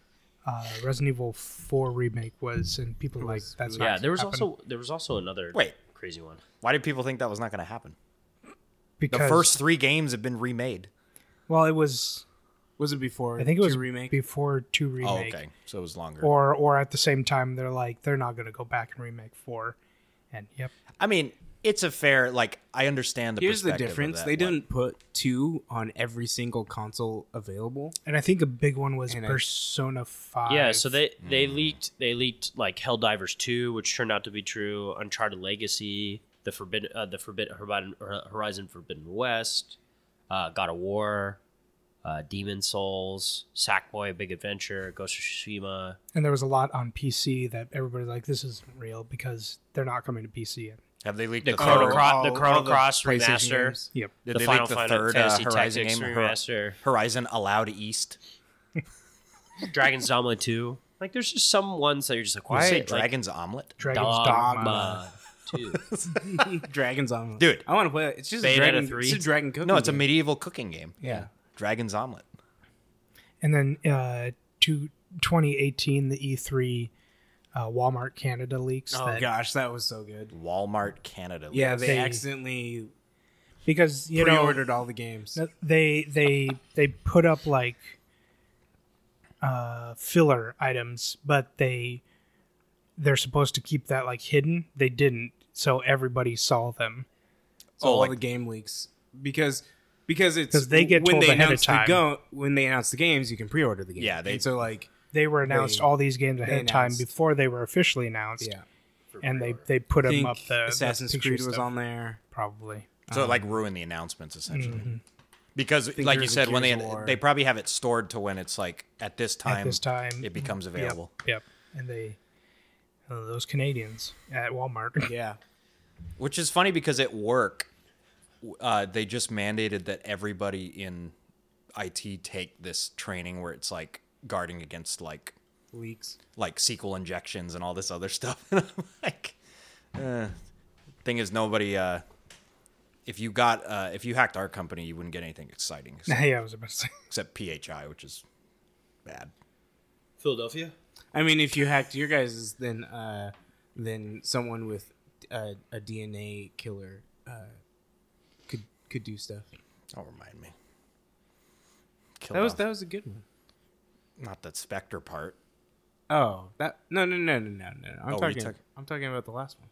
S1: uh, Resident Evil Four remake was, and people were like,
S4: was-
S1: "That's
S3: Yeah,
S1: not
S3: there was
S1: happen."
S3: also there was also another
S2: Wait.
S3: crazy one.
S2: Why did people think that was not going to happen? The
S1: because
S2: first three games have been remade.
S1: Well, it was.
S4: Was it before?
S1: I think it was
S4: two remake.
S1: before two
S2: Oh,
S1: remake,
S2: okay. So it was longer.
S1: or or at the same time they're like they're not going to go back and remake four, and yep,
S2: I mean, it's a fair like. I understand the.
S4: Here's the
S2: perspective of
S4: difference.
S2: that,
S4: They
S2: like-
S4: didn't put two on every single console available.
S1: and I think a big one was
S4: And I-
S1: Persona Five.
S3: Yeah, so they
S2: Mm.
S3: they leaked they leaked like Helldivers two, which turned out to be true. Uncharted Legacy, the forbidden uh, the forbidden Horizon, Horizon Forbidden West, uh, God of War, uh, Demon Souls, Sackboy: Big Adventure, Ghost of Tsushima.
S1: and there was a lot on PC that everybody's like, "This isn't real because they're not coming to PC." Yet.
S2: Have they leaked
S3: The
S1: Oh,
S2: the
S3: Chrono
S2: third-
S3: Cross- the Chrono
S4: all
S3: Cross
S4: PlayStation
S3: remaster.
S4: games.
S1: Yep.
S2: Did
S3: The
S2: they
S3: Final
S2: leak the
S3: Final
S2: third uh,
S3: Fantasy
S2: Horizon
S3: Tactics
S2: game? Hor-
S3: remaster.
S2: Horizon Allowed East.
S3: Dragon's Dogma two. Like, there's just some ones that you're just like,
S2: Why
S3: why
S2: say
S3: like,
S2: Dragon's Omelet?
S1: Dragon's Dogma.
S3: Dogma two?
S4: [laughs] Dragon's on.
S2: Dude.
S4: I want to play that. It's just a
S3: Bayonetta
S4: dragon.
S3: 3.
S4: It's a dragon cookie.
S2: No, it's a medieval cooking game.
S4: Yeah.
S2: Dragon's Omelet.
S1: And then uh, to 2018, the E3 uh, Walmart Canada leaks.
S4: Oh
S1: that-
S4: gosh, that was so good.
S2: Walmart Canada.
S4: Yeah, they,
S1: They-
S4: accidentally
S1: Because you know
S4: pre-ordered all the games.
S1: they they they put up like uh, filler items, but they they're supposed to keep that like hidden. They didn't, so everybody saw them.
S4: So
S2: Oh,
S4: all
S2: like-
S4: the game leaks because because it's
S1: 'cause they get
S4: when
S1: told
S4: they
S1: ahead of
S4: announce
S1: time.
S4: the go when they announce the games, you can pre-order the game.
S2: Yeah, they-
S4: and so like
S1: they were announced
S4: They-
S1: all these games ahead of time
S4: announced.
S1: before they were officially announced.
S4: Yeah.
S1: and they they put
S4: I
S1: them
S4: think
S1: up. The the
S4: Assassin's
S1: picture
S4: Creed was
S1: stuff,
S4: on there.
S1: probably.
S2: So it like ruined the announcements essentially. Because
S4: think
S2: like you
S4: there's a
S2: said, when they
S4: Gears of War.
S2: they probably have it stored to when it's like at this time,
S1: this time,
S2: it becomes available.
S1: Yep, and they oh, those Canadians at [laughs] Walmart.
S4: Yeah.
S2: Which is funny because at work, w- uh, they just mandated that everybody in IT take this training where it's like guarding against like
S4: Leaks.
S2: like SQL injections and all this other [laughs] stuff. And I'm like, uh, thing is, nobody. Uh, if you got uh, if you hacked our company, you wouldn't get anything exciting
S1: [laughs]
S2: ex-
S1: yeah, I was about to say.
S2: except PHI, which is bad.
S3: [laughs] Philadelphia.
S4: I mean, if you hacked your guys, then uh, then someone with uh, a DNA killer uh, could could do stuff.
S2: Don't remind me. Kill
S4: That was
S2: off-
S4: that was a good one.
S2: not the Spectre part.
S4: Oh, that no no no no no no.
S2: Oh,
S4: I'm
S2: we
S4: talking.
S2: took-
S4: I'm talking about the last one.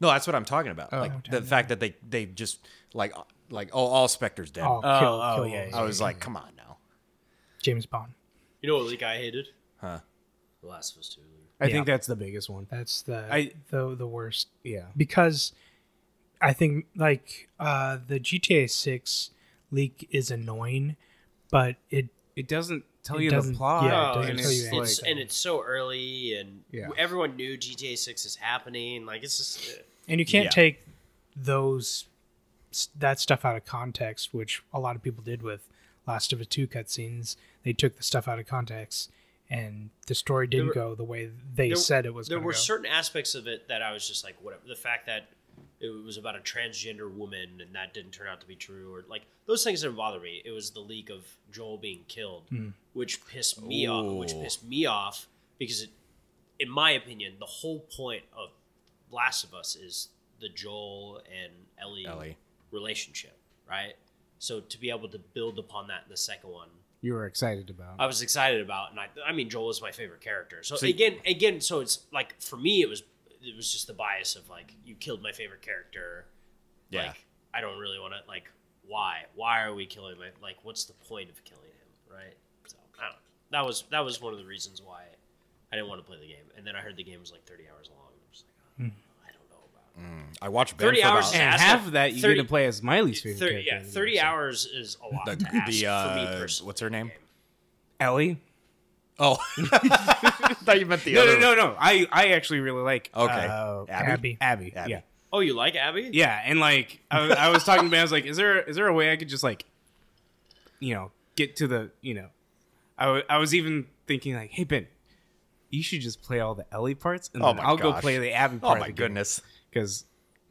S2: No, that's what I'm talking about.
S4: Oh.
S2: like the fact that they they just like like oh all Spectre's dead.
S1: Oh,
S4: Oh,
S1: kill,
S4: oh,
S1: kill
S4: yeah,
S1: those.
S2: I was like, come on now.
S1: James Bond.
S3: You know what leak I hated?
S2: Huh.
S3: The Last of Us Two.
S4: I
S1: Yeah.
S4: think that's the biggest one.
S1: That's the
S4: I-
S1: the the worst
S4: Yeah.
S1: because I think like uh the GTA Six leak is annoying, but it
S4: It doesn't tell
S1: It
S4: you
S1: doesn't-
S4: the plot.
S1: yeah, it doesn't
S4: and
S1: tell you
S4: it's
S1: anything.
S3: It's,
S4: like-
S3: Oh, and it's so early, and
S4: Yeah.
S3: everyone knew GTA Six is happening. Like it's just,
S1: and you can't
S2: Yeah.
S1: take those that stuff out of context, which a lot of people did with Last of Us Two cutscenes. They took the stuff out of context, and the story didn't
S3: were-
S1: go the way they
S3: there-
S1: said it was.
S3: There
S1: gonna
S3: were
S1: go.
S3: certain aspects of it that I was just like, whatever. The fact that it was about a transgender woman and that didn't turn out to be true, or like those things didn't bother me. It was the leak of Joel being killed,
S1: Hmm.
S3: which pissed me off. Which
S2: Ooh.
S3: pissed me off because, it, in my opinion, the whole point of Last of Us is the Joel and Ellie,
S2: Ellie.
S3: relationship, right? So to be able to build upon that in the second one
S4: you were excited about.
S3: I was excited about, and I, I mean, Joel is my favorite character. So,
S2: So-
S3: again, again, so it's like for me, it was it was just the bias of like you killed my favorite character.
S2: Yeah.
S3: Like, I don't really want to like why why are we killing my like what's the point of killing him right? So I don't. That was that was one of the reasons why I didn't want to play the game, and then I heard the game was like thirty hours long. and I was
S4: Hmm.
S3: like, oh, I don't know about. it.
S2: I watched Ben
S3: 30
S2: for
S3: hours
S2: about-
S3: is
S4: and
S3: asked
S4: half
S3: that
S4: of that you
S3: 30
S4: get to play as Miley's favorite
S3: Thirty, yeah,
S4: character.
S3: thirty hours is a lot
S2: [laughs] The-
S3: to ask
S2: the,
S3: for
S2: uh,
S3: me personally.
S2: what's her name?
S4: Ellie.
S2: Oh, [laughs] I thought you meant the
S4: No,
S2: other.
S4: no, no, no. I, I actually really like
S2: Okay.
S4: uh,
S2: Abby?
S4: Abby. Abby.
S2: Abby.
S4: Yeah,
S3: Oh, you like Abby?
S4: yeah. And like, I, I was talking about, I was like, is there is there a way I could just like, you know, get to the, you know, I, w- I was even thinking like, hey Ben, you should just play all the Ellie parts, and
S2: Oh
S4: then
S2: my
S4: I'll go
S2: gosh.
S4: play the Abby
S2: Oh
S4: part.
S2: my goodness.
S4: because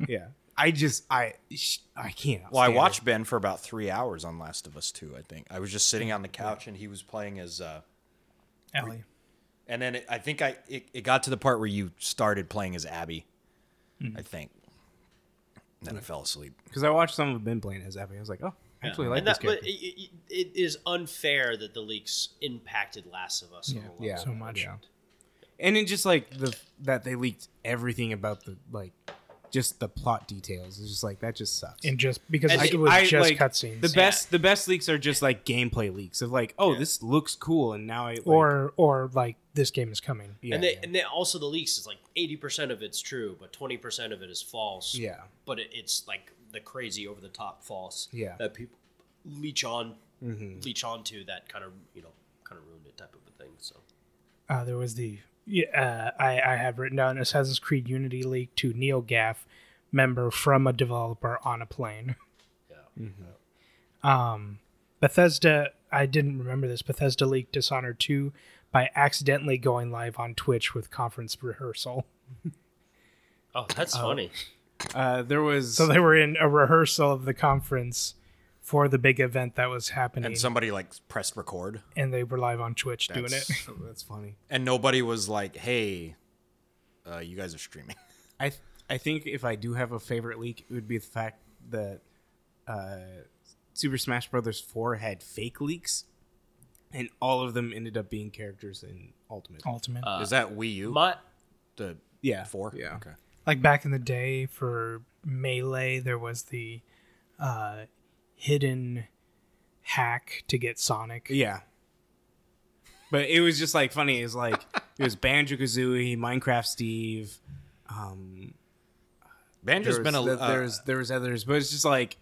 S4: yeah, I just I sh- I can't.
S2: Well, I
S4: stand
S2: watched Ben for about three hours on Last of Us Two. I think I was just sitting on the couch and he was playing as. Uh,
S1: Ellie.
S2: and then it, I think I it, it got to the part where you started playing as Abby. I think. And then I fell asleep.
S4: because I watched some of Ben playing as Abby. I was like, oh, I actually like
S3: and
S4: this
S3: that, but
S4: character.
S3: it, it, it is unfair that the leaks impacted Last of Us. Yeah,
S4: yeah,
S1: so much.
S4: yeah. and it just like the that they leaked everything about the like just the plot details. It's just like that just sucks.
S1: and just because
S4: And
S1: I, it was just cutscenes
S4: The best the best leaks are just like gameplay leaks of like, oh, this looks cool, and now I like,
S1: or or like this game is coming
S4: yeah,
S3: and they,
S4: yeah.
S3: and then also the leaks is like eighty percent of it's true, but twenty percent of it is false.
S4: yeah.
S3: but it, it's like the crazy over the top false.
S4: Yeah. Mm-hmm.
S3: that people leech on, leech onto that kind of you know kind of ruined it type of a thing. So
S1: uh, there was the yeah, uh, I, I have written down Assassin's Creed Unity leak to NeoGAF member from a developer on a plane. Um,
S3: yeah,
S1: Bethesda, I didn't remember this. Bethesda leaked Dishonored 2 by accidentally going live on Twitch with conference rehearsal.
S3: oh that's funny.
S4: Uh, there was [laughs]
S1: So they were in a rehearsal of the conference for the big event that was happening,
S2: And
S1: and,
S2: somebody like pressed record,
S1: they were live on Twitch doing it.
S2: That's-
S4: Oh, that's funny.
S2: and nobody was like, "Hey, uh, you guys are streaming."
S4: I th- I think if I do have a favorite leak, it would be the fact that uh, Super Smash Brothers Four had fake leaks, and all of them ended up being characters in Ultimate.
S3: Oh,
S1: Ultimate,
S2: Is that Wii U?
S3: My
S2: the
S4: Yeah,
S2: four?
S4: Yeah,
S2: Okay.
S1: like back in the day for melee there was the uh hidden hack to get sonic
S4: yeah. But it was just like funny. It was like it was Banjo Kazooie, Minecraft Steve. Um,
S2: Banjo's
S4: there
S2: been a
S4: was-
S2: uh,
S4: there was there was others, but it's just like,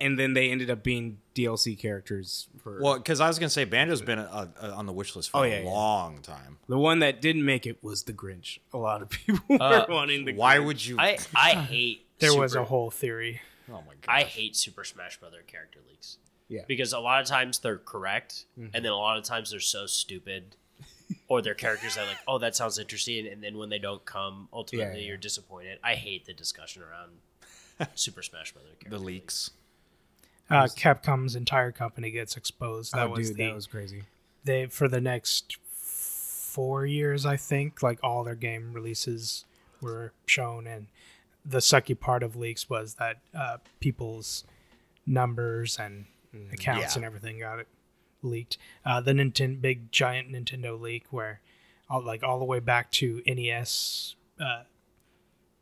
S4: and then they ended up being DLC characters for
S2: well because I was gonna say Banjo's been a, a, on the wish list for
S4: Oh,
S2: a
S4: yeah, yeah.
S2: long time.
S4: the one that didn't make it was the Grinch. A lot of [laughs] people were wanting the.
S2: Uh, Why
S4: Grinch.
S2: would you?
S3: I I hate
S1: There was
S3: Super-
S1: a whole theory.
S2: oh my god!
S3: I hate Super Smash Brother character leaks.
S4: Yeah. Mm-hmm.
S3: Because a lot of times they're correct, and then a lot of times they're so
S4: [laughs]
S3: stupid, or their characters are like, "Oh, that sounds interesting," and then when they don't come, ultimately
S4: yeah.
S3: you're disappointed. I hate the discussion around
S4: [laughs]
S3: Super Smash Brother
S2: the
S3: character
S2: leaks.
S1: Uh, Capcom's entire company gets exposed. That
S4: oh,
S1: was
S4: dude,
S1: the
S4: that was crazy.
S1: they for the next four years, I think, like all their game releases were shown, and the sucky part of leaks was that uh, people's numbers and accounts
S2: Yeah.
S1: and everything got it leaked. Uh, the Nintendo big giant Nintendo leak, where all, like all the way back to NES uh,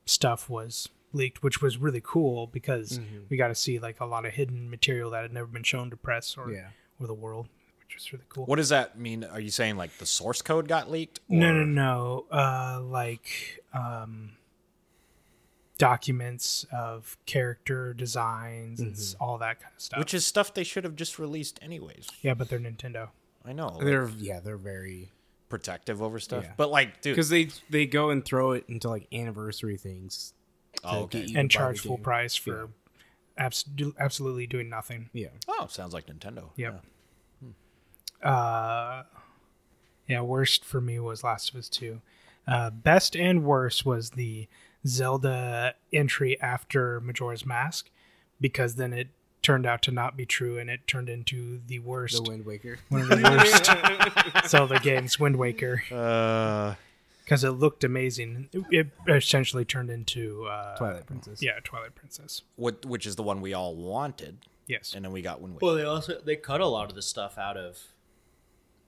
S1: stuff was leaked, which was really cool because we got to see like a lot of hidden material that had never been shown to press or
S4: Yeah.
S1: or the world, which was really cool.
S2: What does that mean? Are you saying like the source code got leaked?
S1: No, no,
S2: or-
S1: no. Uh, like um, documents of character designs and
S4: Mm-hmm.
S1: s- all that kind of stuff.
S2: Which is stuff they should have just released anyways.
S1: yeah, but they're Nintendo.
S2: I know they're
S4: They're yeah, they're very
S2: protective over stuff,
S4: Yeah.
S2: but like, dude,
S4: because they they go and throw it into like anniversary things.
S2: oh,
S4: to get
S2: okay.
S4: you-
S1: and
S4: buy the
S1: charge full
S4: game.
S1: price for abs- do- absolutely doing nothing.
S4: Yeah,
S2: oh, sounds like Nintendo.
S1: Yep.
S4: Hmm.
S1: Uh, yeah, worst for me was Last of Us 2. Uh, best and worst was the Zelda entry after Majora's Mask because then it turned out to not be true and it turned into the
S4: the
S1: worst
S4: Wind Waker.
S1: one of the worst Zelda games, Wind Waker,
S2: Yeah. Uh,
S1: because it looked amazing. It, it essentially turned into uh,
S4: Twilight Princess.
S1: Yeah, Twilight Princess.
S2: what, which is the one we all wanted,
S1: Yes.
S2: and then we got Wind Waker.
S3: Well, they also they cut a lot of the stuff out of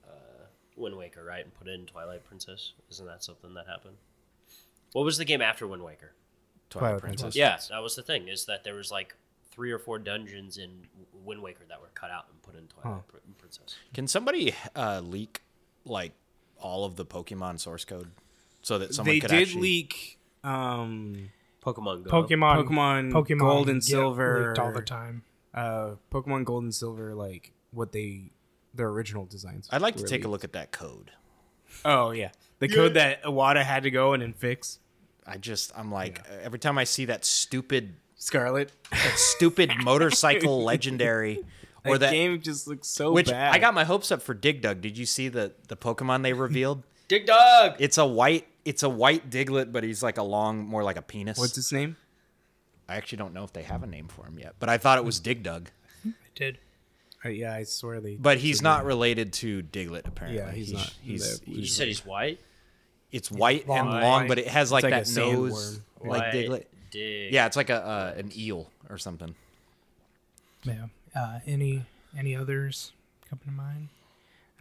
S3: uh, Wind Waker, right, and put in Twilight Princess. Isn't that something that happened? What was the game after Wind Waker?
S2: Twilight,
S4: Twilight
S2: Princess.
S4: Princess.
S3: Yeah, that was the thing is that there was like three or four dungeons in W- Wind Waker that were cut out and put in Twilight Pr- Princess.
S2: Can somebody uh, leak like all of the Pokemon source code so that someone
S4: they
S2: could
S4: did
S2: actually?
S4: leak um,
S3: Pokemon Go.
S1: Pokemon,
S4: Pokemon Gold and
S1: get
S4: Silver.
S1: leaked all the time.
S4: uh, Pokemon Gold and Silver, like what they their original designs.
S2: I'd like to
S4: were
S2: take a look
S4: leaked.
S2: at that code.
S4: Oh yeah, the code that Iwata had to go in and fix.
S2: I just, I'm like, every time I see that stupid,
S4: Scarlet.
S2: that stupid
S4: [laughs]
S2: motorcycle legendary, [laughs] or
S4: that,
S2: that
S4: game just looks so
S2: which
S4: bad.
S2: I got my hopes up for Dig Dug. Did you see the the Pokemon they revealed?
S3: Dig Dug.
S2: it's a white, it's a white Diglett, but he's like a long, more like a penis.
S4: What's his name?
S2: I actually don't know if they have a name for him yet, but I thought it was Dig Dug.
S1: It did.
S4: Uh, yeah, I swear they.
S2: But he's not related to Diglet apparently.
S4: Yeah, he's not.
S2: He's,
S3: You
S4: No,
S2: he's-
S3: said he's white.
S2: it's white and
S1: long.
S2: long, but it has like,
S4: like
S2: that
S4: a
S2: nose,
S4: sandworm.
S2: like
S3: White
S2: Diglett.
S3: Dig.
S2: Yeah, it's like a uh, an eel or something.
S1: Yeah. Uh, any any others come to mind?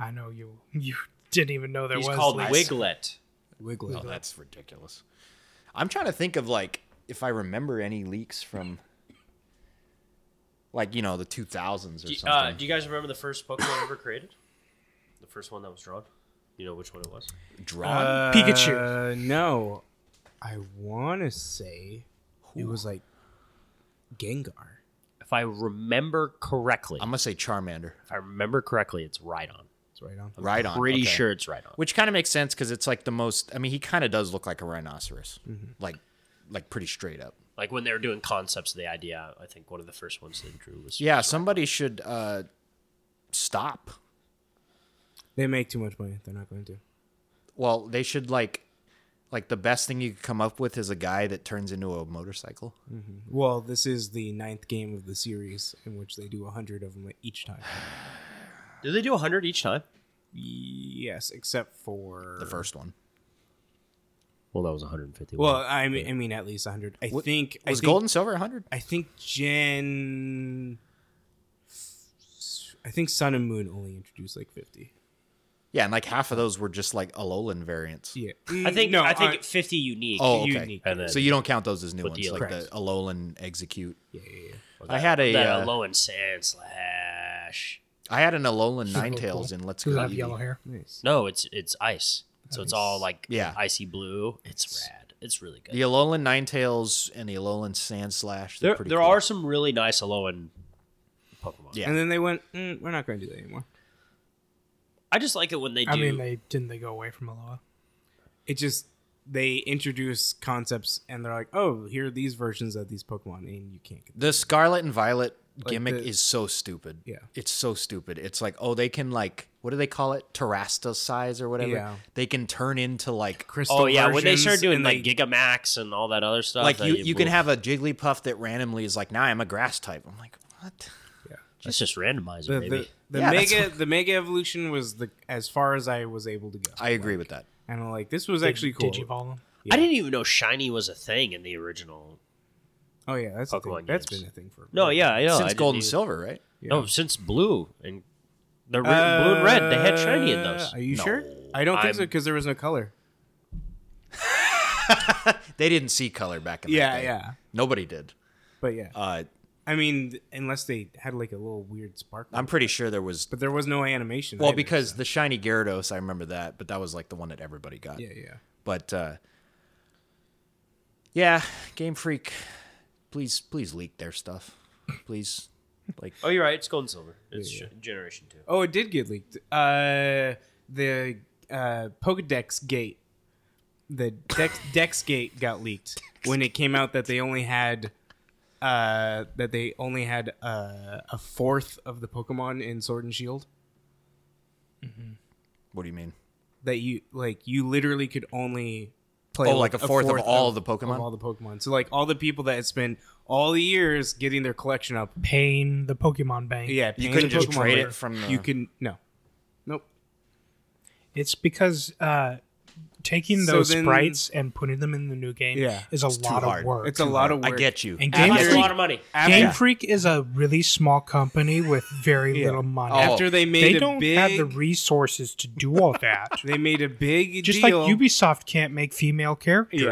S1: I know you you didn't even know there
S3: He's
S1: was.
S3: called
S1: like-
S3: Wiglet.
S4: Wiggler.
S2: Oh,
S3: Mm-hmm.
S2: that's ridiculous. I'm trying to think of like if I remember any leaks from like you know the 2000s or
S3: Do,
S2: something.
S3: uh, do you guys remember the first Pokemon ever created? The first one that was drawn. You know which one it was?
S2: Drawn.
S1: Pikachu.
S4: Uh, no, I want to say it was like Gengar.
S3: If I remember correctly,
S2: I'm gonna say Charmander.
S3: if I remember correctly, it's Rhydon.
S4: It's right on.
S2: Right on.
S3: Pretty sure it's Rhydon.
S2: Which kind of makes sense because it's like the most. I mean, he kind of does look like a rhinoceros,
S3: Mm-hmm.
S2: like like pretty straight up.
S3: Like when they were doing concepts of the idea, I think one of the first ones they drew was
S2: Yeah, somebody should uh, stop.
S4: They make too much money. They're not going to.
S2: Well, they should like like the best thing you could come up with is a guy that turns into a motorcycle.
S4: Well, this is the ninth game of the series in which they do a hundred of them each time.
S3: Did they do 100 each time?
S4: Yes, except for
S2: The first one
S3: Well, that was 150.
S4: Well, I mean, I mean at least hundred. I think I
S2: was
S4: think,
S2: gold and silver. Hundred.
S4: I think Gen. I think Sun and Moon only introduced like fifty.
S2: Yeah, and like half of those were just like Alolan variants.
S4: Yeah,
S3: I think
S4: no.
S3: I think
S4: I-
S3: 50 unique.
S2: Oh, okay.
S4: Unique.
S3: And then
S2: So you don't count those as new
S3: With
S2: ones,
S3: the-
S2: like
S4: Correct.
S2: the Alolan Execute.
S4: yeah, yeah, yeah.
S2: I had a
S3: that
S2: uh,
S3: Alolan Sand slash.
S2: I had an Alolan Ninetales in Let's Go.
S1: Does it have
S2: Eevee.
S1: yellow hair?
S4: Nice.
S3: No, it's it's ice. So it's all like
S2: Yeah.
S3: icy blue. It's rad. It's really good.
S2: The Alolan Ninetales and the Alolan Sandslash. They're
S3: there
S2: pretty
S3: there
S2: cool.
S3: are some really nice Alolan Pokemon.
S2: Yeah.
S4: And then they went, mm, we're not going to do that anymore.
S3: I just like it when they do.
S1: I mean, they didn't they go away from Aloha?
S4: It just they introduce concepts and they're like, oh, here are these versions of these Pokemon, and you can't. get
S2: The Scarlet and Violet gimmick
S4: the-
S2: is so stupid.
S4: Yeah.
S2: It's so stupid. It's like, oh, they can like what do they call it? Terrasta size or whatever.
S4: Yeah.
S2: They can turn into like
S4: Crystal
S3: oh yeah, when they start
S4: versions,
S3: doing
S4: and
S3: like
S4: they-
S3: Gigamax and all that other stuff,
S2: like
S3: that
S2: you, you can
S3: move-
S2: have a Jigglypuff that randomly is like, nah, I'm a grass type. I'm like, what?
S3: Let's just randomize
S4: the
S3: it,
S4: the,
S3: baby.
S4: the
S2: Yeah, that's
S4: mega the mega evolution was the as far as I was able to go,
S2: I agree with that.
S4: and I'm like, this was actually cool.
S1: Did you evolve them?
S3: I didn't even know shiny was a thing in the original.
S4: Oh yeah, that's a thing.
S3: Pokemon
S4: that's
S3: games.
S4: been a thing for
S3: No, yeah, I know. I
S2: Since
S3: didn't
S2: gold and
S3: even-
S2: silver, right?
S3: No, since blue and the re- blue and red, they had shiny in those.
S4: Are you
S2: No,
S4: sure? I don't think so
S3: I'm-
S4: because there was no color.
S2: They didn't see color back in
S4: Yeah,
S2: that day.
S4: yeah.
S2: Nobody did.
S4: But yeah,
S2: Uh,
S4: I mean, th- unless they had like a little weird spark,
S2: I'm pretty sure there was
S4: but there was no animation.
S2: well
S4: either,
S2: because
S4: so-
S2: the shiny Gyarados, I remember that, but that was like the one that everybody got.
S4: yeah, yeah.
S2: But uh, yeah, Game Freak, please please leak their stuff, please. Like
S3: Oh, you're right. It's gold and silver. It's gen- Generation Two.
S4: Oh, it did get leaked. Uh, the uh, Pokedex gate, the Dex [laughs] Dex gate got leaked when it came out that they only had, uh, that they only had uh, a fourth of the Pokemon in Sword and Shield.
S2: what do you mean?
S4: That you like, you literally could only play
S2: Oh, like a fourth of all the Pokemon?
S4: of all the Pokemon. So like all the people that had spent all the years getting their collection up.
S1: Paying the Pokemon Bank.
S4: Yeah,
S2: You
S4: paying
S2: couldn't
S4: the
S2: just
S4: Pokemon
S2: trade
S4: later,
S2: it from the-
S4: You can no, nope.
S1: It's because uh, taking
S4: So
S1: those
S4: then-
S1: sprites and putting them in the new game
S4: Yeah.
S1: is a
S2: It's too
S1: lot of
S2: hard.
S1: work.
S4: It's a lot of
S2: I
S4: work.
S2: get you.
S1: And
S3: Game
S1: Game
S3: That's a
S1: Freak,
S3: lot of money.
S1: Game
S4: After-
S1: Freak is a really small company with very
S4: Yeah.
S1: little money.
S2: Oh,
S4: after they made
S1: they
S4: a
S1: don't
S4: big,
S1: have the resources to do all that.
S4: [laughs] they made a big
S1: Just
S4: deal.
S1: like Ubisoft can't make female
S4: Yeah.
S1: characters.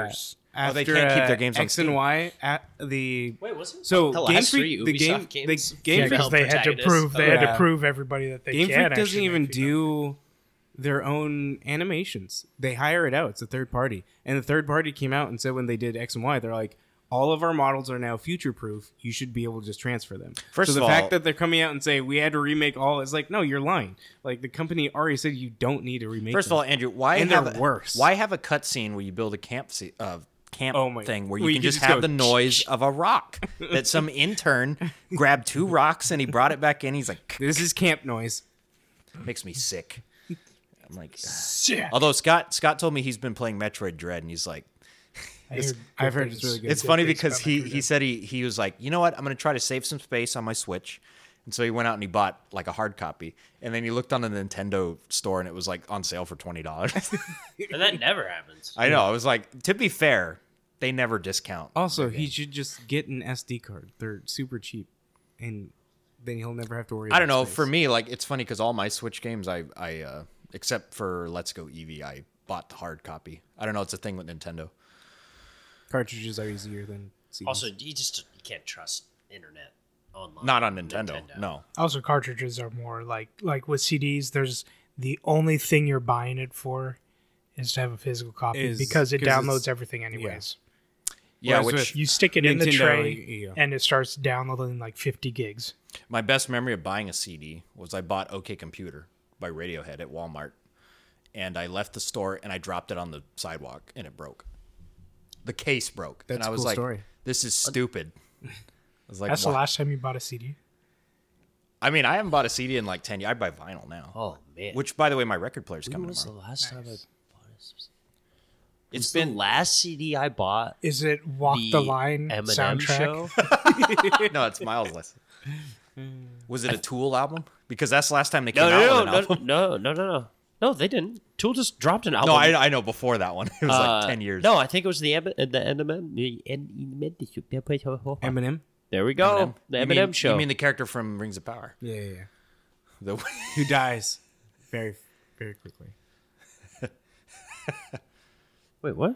S4: After,
S2: Oh, they can't keep
S4: uh,
S2: their games on
S4: X and
S2: Steam.
S4: Y at the
S3: Wait, was it?
S4: so
S3: The
S4: Game
S3: last
S4: Freak
S3: three
S4: the
S3: Ubisoft
S4: game
S3: games?
S4: the game
S1: Yeah,
S4: Freak,
S1: because
S3: Female
S1: they had to
S3: protagonists.
S1: prove they had
S4: Yeah.
S1: to prove everybody that they
S4: game
S1: can.
S4: Freak doesn't
S1: actually
S4: even
S1: make female-
S4: do their own animations. They hire it out. It's a third party, and the third party came out and said when they did X and Y, they're like. All of our models are now future proof. You should be able to just transfer them.
S2: First
S4: so
S2: of
S4: the
S2: all-
S4: fact that they're coming out and say we had to remake all is like, no, you're lying. Like the company already said you don't need to remake.
S2: First of
S4: them.
S2: all, Andrew, why
S4: And
S2: have
S4: they're
S2: a,
S4: worse.
S2: Why have a cutscene where you build a camp se- uh, camp
S4: Oh my-
S2: thing where you
S4: where
S2: can just, have
S4: go
S2: the noise of a rock that some intern
S4: [laughs]
S2: grabbed two rocks and he brought it back in. He's like,
S4: this is camp noise.
S2: makes me sick. I'm like,
S1: Sick.
S2: although Scott Scott told me he's been playing Metroid Dread and he's like,
S1: I heard
S4: I've
S1: good
S4: heard it's
S1: things.
S4: really good.
S2: It's
S1: good
S2: funny
S1: things
S2: because
S1: about
S2: he,
S1: Metroid
S2: he said he, he was like, you know what? I'm going to try to save some space on my Switch. And so he went out and he bought like a hard copy. And then he looked on the Nintendo store and it was like on sale for
S4: [laughs]
S2: $20.
S3: and that never happens.
S2: I know. I was like, to be fair, they never discount.
S4: Also, he should just get an SD card. They're super cheap, and then he'll never have to worry.
S2: I don't
S4: about
S2: know.
S4: space.
S2: For me, like, it's funny because all my Switch games, I, I uh, except for Let's Go Eevee, I bought the hard copy. I don't know. It's a thing with Nintendo.
S4: cartridges are easier than CDs.
S3: Also, you just you can't trust internet online.
S2: Not on Nintendo. No.
S1: Also, cartridges are more like like with CDs. There's the only thing you're buying it for is to have a physical copy
S4: Is-
S1: because it
S4: 'cause it's-
S1: downloads everything anyways.
S2: Yeah,
S4: Whereas
S2: which
S4: with-
S1: You stick it in the
S4: Nintendo,
S1: tray
S4: yeah.
S1: and it starts downloading like 50 gigs.
S2: My best memory of buying a CD was I bought OK Computer by Radiohead at Walmart, and I left the store and I dropped it on the sidewalk and it broke. The case broke, and
S4: That's
S2: I
S4: a
S2: was
S4: cool
S2: like,
S4: story.
S2: "This is stupid." I was like,
S1: That's
S2: "Why?"
S1: the last time you bought a CD.
S2: I mean, I haven't bought a CD in like ten years. I buy vinyl now.
S3: Oh man.
S2: Which, by the way, my record player's
S3: when
S2: coming
S3: was the
S2: tomorrow.
S3: last time I bought a CD?
S2: It's
S3: It's been
S2: been
S3: last CD I bought.
S1: Is it Walk the, Line
S3: Eminem
S1: soundtrack?
S3: show.
S2: [laughs] no, it's Miles
S3: [laughs]
S2: Less. Was it a Tool album? Because that's the last time they came
S3: No,
S2: out with
S3: no,
S2: an
S3: no, no,
S2: album.
S3: no, no, no, no. No, they didn't. Tool just dropped an album.
S2: No, I, I know before that one. [laughs] It was
S3: Uh,
S2: like ten years.
S3: No, I think it was the Em- uh, the Eminem. The Eminem.
S4: Eminem.
S3: There we go. The
S2: You
S3: Eminem
S2: mean-
S3: show.
S2: You mean the character from Rings of Power?
S4: Yeah, yeah, yeah.
S3: [laughs]
S2: The
S4: Who dies very, very quickly.
S3: Wait, what?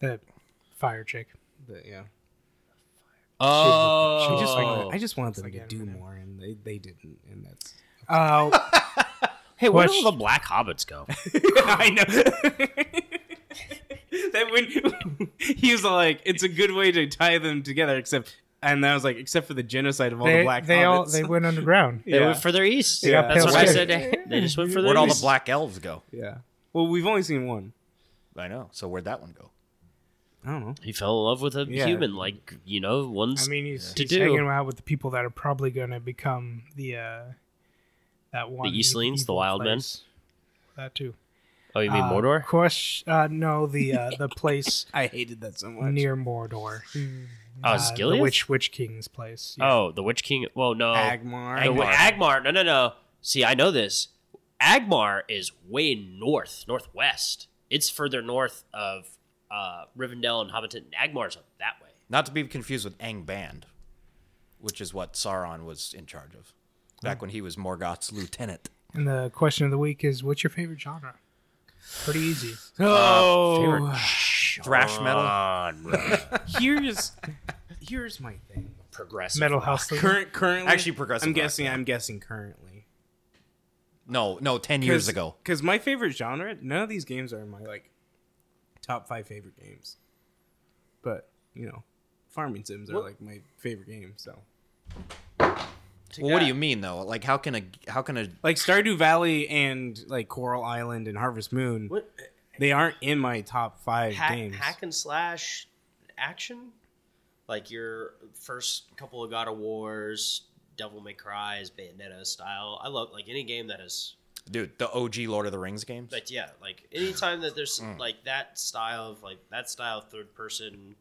S1: The fire chick.
S4: The- yeah. Oh.
S3: Oh,
S4: I just, want- I just want them
S1: Like
S4: to do
S1: Eminem.
S4: more, and they, they didn't, and that's
S1: Uh,
S3: Hey, where
S1: Question-
S3: do all the black hobbits go?
S4: [laughs] I know. [laughs] that when [laughs] he was like, it's a good way to tie them together, except and I was like, except for the genocide of all the
S1: They,
S4: black
S1: they
S4: hobbits.
S1: all they went underground.
S4: [laughs]
S3: [laughs]
S4: yeah.
S3: They went for their east.
S1: got
S3: That's
S1: pale
S3: what I
S1: skin.
S3: said. They just
S2: [laughs]
S3: went for their
S2: Where'd all the
S3: east.
S2: black elves go?
S4: yeah. Well, we've only seen one.
S2: I know. So where'd that one go?
S4: I don't know.
S3: He fell in love with a
S4: Yeah.
S3: human, like you know, one's.
S1: I mean, he's,
S3: To
S1: he's
S3: do.
S1: hanging out with the people that are probably going to become the uh, that one
S3: Eastlings, the
S1: evil
S3: Wild Men?
S1: place. That too.
S3: oh, you mean
S1: Uh,
S3: Mordor?
S1: Question? Uh, no, the
S3: [laughs]
S1: uh, the place
S4: I hated that so much.
S1: near Mordor.
S3: Oh,
S1: Uh,
S3: it's
S1: the
S3: Gilead.
S1: Witch Witch King's place. Yeah.
S3: Oh, the Witch King. Well, no,
S4: Agmar.
S3: The, Wi- Agmar. No, no, no. See, I know this. Agmar is way north, northwest. It's further north of uh, Rivendell and Hobbiton. Agmar's up that way.
S2: Not to be confused with Angband, which is what Sauron was in charge
S1: Oh.
S2: of back when he was Morgoth's lieutenant.
S1: And the question of the week is, what's your favorite genre? Pretty easy.
S4: Oh,
S2: favorite Thrash metal.
S4: here's here's my thing.
S3: Progressive.
S1: Metal
S3: Metal.
S1: House.
S4: Current, currently,
S2: Actually, progressive
S4: I'm
S2: rock,
S4: guessing.
S2: yeah.
S4: I'm guessing currently.
S2: No, no, ten years ago.
S4: Because my favorite genre, none of these games are in my like top five favorite games. But you know, farming sims are like my favorite game. So
S2: Well, what do you mean though? Like, how can a how can a
S4: like Stardew Valley and like Coral Island and Harvest Moon,
S3: What?
S4: they aren't in my top five
S3: Hack,
S4: games.
S3: hack and slash action? Like your first couple of God of Wars, Devil May Cry's, Bayonetta style. I love like any game that is
S2: dude the OG Lord of the Rings games?
S3: But yeah, like anytime that there's like that style of like that style of third person,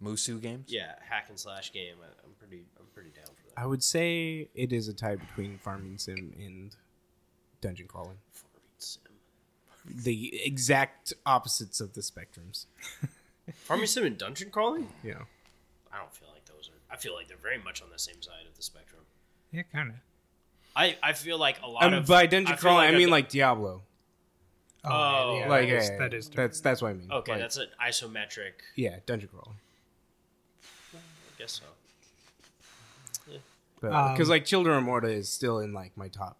S2: Musu games.
S3: yeah, hack and slash game, I, I'm pretty, I'm pretty down for that.
S4: I would say it is a tie between farming sim and dungeon crawling.
S3: Farming sim,
S4: The exact opposites of the spectrums.
S3: farming sim and dungeon crawling.
S4: You know.
S3: I don't feel like those are. I feel like they're very much on the same side of the spectrum.
S1: Yeah, kind of.
S3: I, I feel like a lot
S4: Um,
S3: of
S4: by dungeon
S3: feel
S4: crawling, I
S3: a-
S4: mean like Diablo.
S3: Oh,
S1: yeah,
S4: like
S1: that is-
S4: yeah,
S1: that is
S4: that's that's what I mean.
S3: okay,
S4: Like,
S3: that's an isometric.
S4: yeah, dungeon crawling.
S3: I guess so.
S4: because
S1: Um,
S4: like Children of Morta is still in like my top.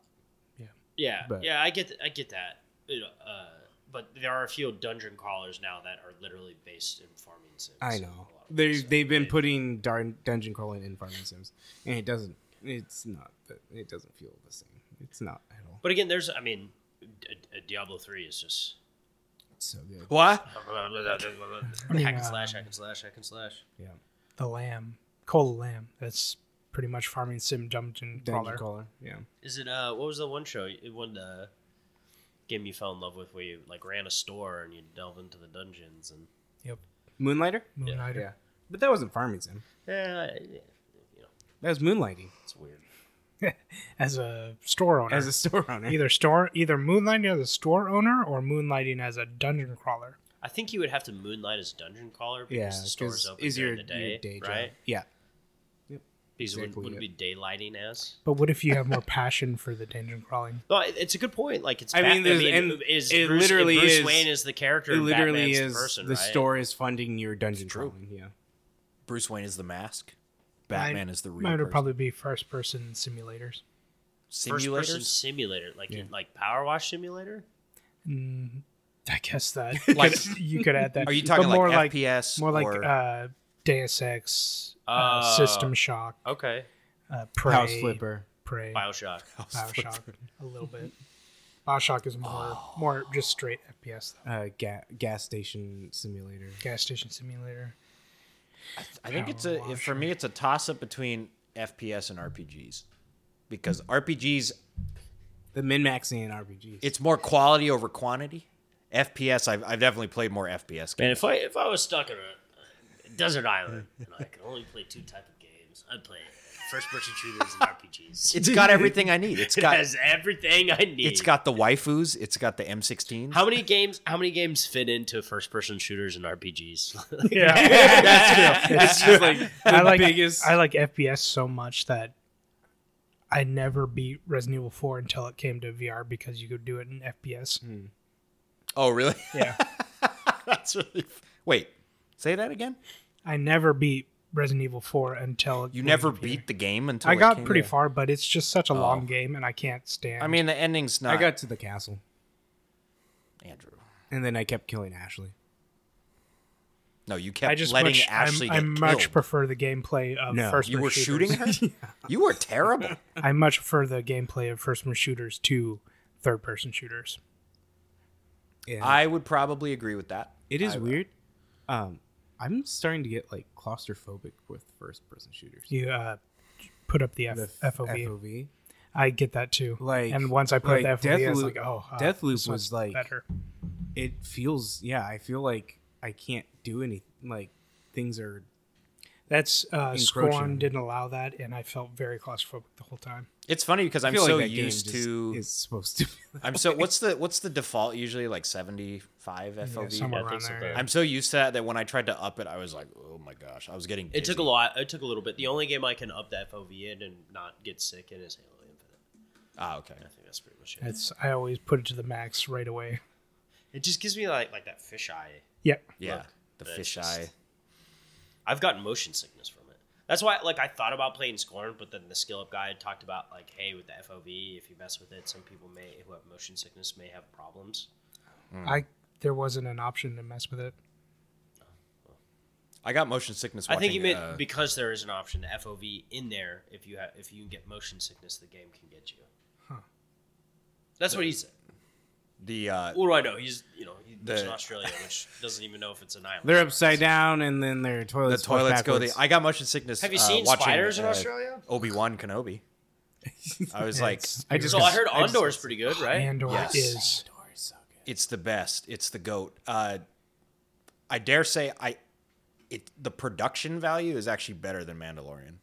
S3: Yeah,
S4: But-
S3: yeah, I get, th- I get that. You know, uh, but there are a few dungeon crawlers now that are literally based in farming sims.
S4: I
S3: A
S4: know
S3: lot of
S4: they
S3: them, so
S4: they've been
S3: they-
S4: putting darn dungeon crawling in farming sims, and it doesn't. It's not. that- It doesn't feel the same. It's not at all.
S3: But again, there's, I mean, D- Diablo three is
S4: [laughs]
S3: just
S4: It's so good.
S2: What?
S3: hack and slash, hack and slash, hack and slash.
S4: Yeah,
S1: the lamb, Cola Lamb. That's pretty much farming sim dungeon
S4: dungeon
S1: crawler.
S4: crawler. Yeah,
S3: Is it uh? What was the one show? It one uh, game you fell in love with where you like ran a store and you delve into the dungeons and
S1: Yep.
S4: Moonlighter.
S1: Moonlighter.
S4: Yeah, but that wasn't farming sim.
S3: yeah, you know,
S4: That was moonlighting
S3: it's weird.
S1: As a store owner.
S4: as a store owner.
S1: either store either moonlighting as a store owner or moonlighting as a dungeon crawler.
S3: I think you would have to moonlight as dungeon caller because
S4: [laughs] yeah,
S3: the store's
S4: 'cause
S3: open
S4: is
S3: during
S4: your
S3: the day,
S4: your day job.
S3: right?
S4: Yeah,
S3: Because it
S4: Exactly,
S3: wouldn't, wouldn't be daylighting as.
S1: But what if you
S4: [laughs]
S1: have more passion for the dungeon crawling?
S3: Well, it- it's a good point. Like it's.
S4: I
S3: Bat-
S4: mean, there's- and
S3: is
S4: it
S3: Bruce,
S4: literally
S3: Bruce
S4: is-
S3: Wayne is the character.
S4: it
S3: and
S4: literally
S3: Batman's
S4: is
S3: the person.
S4: the
S3: right?
S4: store is funding your dungeon
S2: true.
S4: crawling. Yeah.
S2: Bruce Wayne is the mask. Batman is the real.
S1: Mine would
S2: person.
S1: probably be first person simulators.
S3: First person
S2: simulators.
S3: simulator, like
S4: Yeah.
S3: in, like Power Wash Simulator.
S1: I guess that
S2: Like-
S1: could- you could add that.
S2: Are you
S1: But
S2: talking like
S1: more
S2: FPS
S1: More like
S2: or-
S1: uh, Deus Ex, uh,
S3: Oh.
S1: System Shock,
S3: Okay.
S1: uh, Prey,
S4: House flipper.
S1: Prey,
S3: Bioshock.
S1: Bioshock, a little bit. Bioshock is more more just straight FPS though.
S4: uh, ga- gas station simulator.
S1: Gas station simulator.
S2: I think it's
S1: Power
S2: a if- for me it's a toss up between FPS and RPGs because RPGs
S4: The min maxing in RPGs.
S2: it's more quality over quantity. FPS I've, I've definitely played more FPS games.
S3: Man, if I if I was stuck in a desert island and I could only play two type of games, I'd play first person shooters and [laughs] RPGs.
S2: It's got everything I need. It's
S3: It
S2: got
S3: has everything I need.
S2: it's got the waifus. It's got the M16.
S3: how many games? How many games fit into first person shooters and [laughs]
S2: [laughs]
S3: RPGs?
S1: [laughs] Yeah,
S4: that's true. That's just like the
S1: I like
S4: biggest.
S1: I like FPS so much that I never beat Resident Evil Four until it came to VR because you could do it in FPS.
S2: Oh really? [laughs]
S1: Yeah,
S2: That's really. Wait, say that again.
S1: I never beat Resident Evil 4 until it
S2: You
S1: was
S2: never
S1: here.
S2: beat the game until
S1: I
S2: it
S1: got
S2: came- Oh.
S1: pretty far, but it's just such a long game, and I can't stand.
S2: I mean, the ending's not.
S4: I got to the castle,
S2: Andrew.
S4: and then I kept killing Ashley.
S2: No, you kept
S1: I just
S2: letting
S1: much,
S2: Ashley
S1: I, I
S2: get
S1: much
S2: killed.
S1: prefer the gameplay of
S4: No.
S1: first.
S2: you were shooting her. You were terrible.
S1: I much prefer the gameplay of first person shooters to third person shooters.
S4: Yeah,
S2: I would probably agree with that.
S4: it is
S2: I-
S4: weird. Um, I'm starting to get like claustrophobic with first-person shooters.
S1: You uh, put up the, F-
S4: The f-
S1: FOV.
S4: FOV.
S1: I get that too.
S4: Like-
S1: and once I put
S4: like
S1: the FOV, I was
S4: Deathloop-
S1: like, oh, uh,
S4: Deathloop
S1: this
S4: was
S1: one's
S4: like-
S1: better.
S4: It feels yeah. I feel like I can't do any like things are
S1: That's uh, Scorn
S4: encroaching.
S1: didn't allow that, and I felt very claustrophobic the whole time.
S2: It's funny because I'm
S4: I feel
S2: so
S4: like that game
S2: used
S4: just
S2: to.
S4: is supposed to. Be
S2: I'm so. What's the what's the default usually like 75 FOV?
S1: somewhere
S3: I
S1: around
S3: think so,
S1: there.
S3: but-
S2: I'm so used to that that when I tried to up it, I was like, oh my gosh, I was getting.
S3: It took a
S2: dizzy.
S3: lot. It took a little bit. The only game I can up that FOV in and not get sick in is Halo Infinite.
S2: Ah, okay.
S3: I think that's pretty much it.
S1: It's I always put it to the max right away.
S3: It just gives me like like that fisheye.
S1: Yeah,
S2: Yeah,
S3: Look,
S2: the
S3: that's
S2: fish
S3: just-
S2: eye.
S3: I've gotten motion sickness from it. That's why like I thought about playing Scorn, but then the skill up guy had talked about like, hey, with the FOV, if you mess with it, some people may who have motion sickness may have problems.
S4: Hmm.
S1: I there wasn't an option to mess with it.
S2: I got motion sickness.
S3: I think you
S2: watching,
S3: meant
S2: uh,
S3: because there is an option to FOV in there. If you have, if you can get motion sickness, the game can get you. That's what he said.
S2: the uh,
S3: What do I know? He's you know he's
S2: The-
S3: in Australia, which doesn't even know if it's an island.
S4: [laughs] They're upside down, and then their
S2: the
S4: toilets. flush
S2: toilets go. The,
S4: backwards.
S2: I got motion sickness.
S3: Have you
S2: uh,
S3: seen
S2: watching,
S3: spiders in
S2: uh,
S3: Australia?
S2: Obi Wan
S4: [laughs]
S2: Kenobi. I was like,
S1: It's-
S4: I just
S3: So
S4: got-
S3: I heard
S4: I just-
S3: Ondor is pretty good, right?
S1: Andor
S2: Yes.
S1: is
S4: Door is so good.
S2: it's the best. It's the goat. Uh, I dare say, I it the production value is actually better than Mandalorian.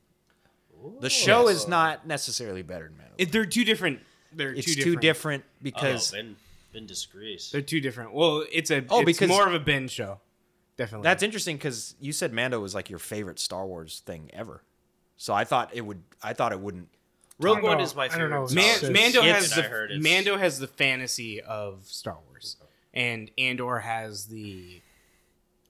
S2: The show is not necessarily better than Mandalorian.
S4: It- they're two different. They're
S2: it's
S4: two
S2: too
S4: different.
S2: different
S3: Oh, no,
S2: because
S3: Ben, ben disagrees.
S4: They're two different. Well, it's a.
S2: Oh,
S4: it's
S2: because-
S4: more of a Ben show. Definitely.
S2: that's interesting because you said Mando was like your favorite Star Wars thing ever. So I thought it would. I thought it wouldn't.
S3: Rogue
S1: don't
S3: One
S1: know.
S3: is my
S1: I don't
S3: favorite.
S1: know.
S3: Star
S4: Man,
S1: It's just-
S4: Mando
S3: It's-
S4: has
S3: I heard
S4: the
S3: it's-
S4: Mando has the fantasy of Star Wars, and Andor has the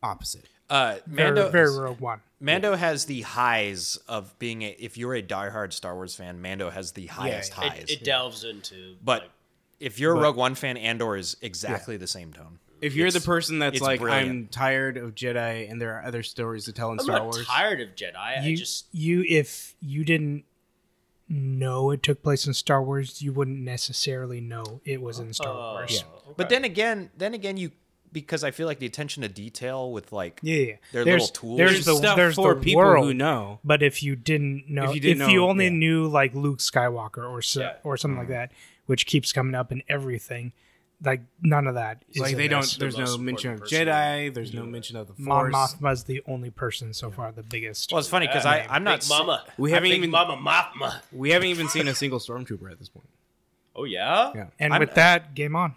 S4: opposite.
S2: Uh,
S1: very,
S2: Mando
S1: very Rogue One.
S2: Mando has the highs of being a. If you're a diehard Star Wars fan, Mando has the highest
S4: yeah.
S2: highs.
S3: It, it delves into
S2: but
S3: like,
S2: if you're a Rogue One fan, Andor is exactly the same tone.
S4: If you're the person that's
S2: it's
S4: like, I'm
S2: brilliant.
S4: tired of Jedi, and there are other stories to tell in
S3: I'm
S4: Star
S3: not
S4: Wars.
S3: tired of Jedi. I
S1: You,
S3: just
S1: you if you didn't know it took place in Star Wars, you wouldn't necessarily know it was in Star
S3: Oh,
S1: Wars.
S3: okay.
S2: But then again, then again, you because I feel like the attention to detail with like
S1: Yeah, yeah.
S2: Their
S1: there's,
S2: little tools.
S1: There's,
S4: There's
S1: the
S4: stuff
S1: there's
S4: for
S1: the
S4: people
S1: world,
S4: who know.
S1: But if you didn't know, if
S4: If
S1: you,
S4: you didn't know,
S1: only
S4: yeah.
S1: knew like Luke Skywalker or so,
S3: Yeah.
S1: or something like
S2: Hmm.
S1: that, which keeps coming up in everything, like none of that. Is
S4: Like
S1: in
S4: they
S1: this.
S4: don't.
S3: the
S4: There's no
S3: most
S4: mention of
S3: important person
S4: Jedi. There's no mention of the
S1: Mon
S4: Force.
S1: Mothma's the only person so far, the biggest.
S2: Well, it's funny because I I'm not
S3: Big Mama.
S4: We haven't
S3: Big
S4: even-
S3: Mama Mama.
S4: We haven't even seen a single stormtrooper at this point.
S3: Oh yeah.
S4: Yeah.
S1: and
S2: I'm-
S1: with that, game on.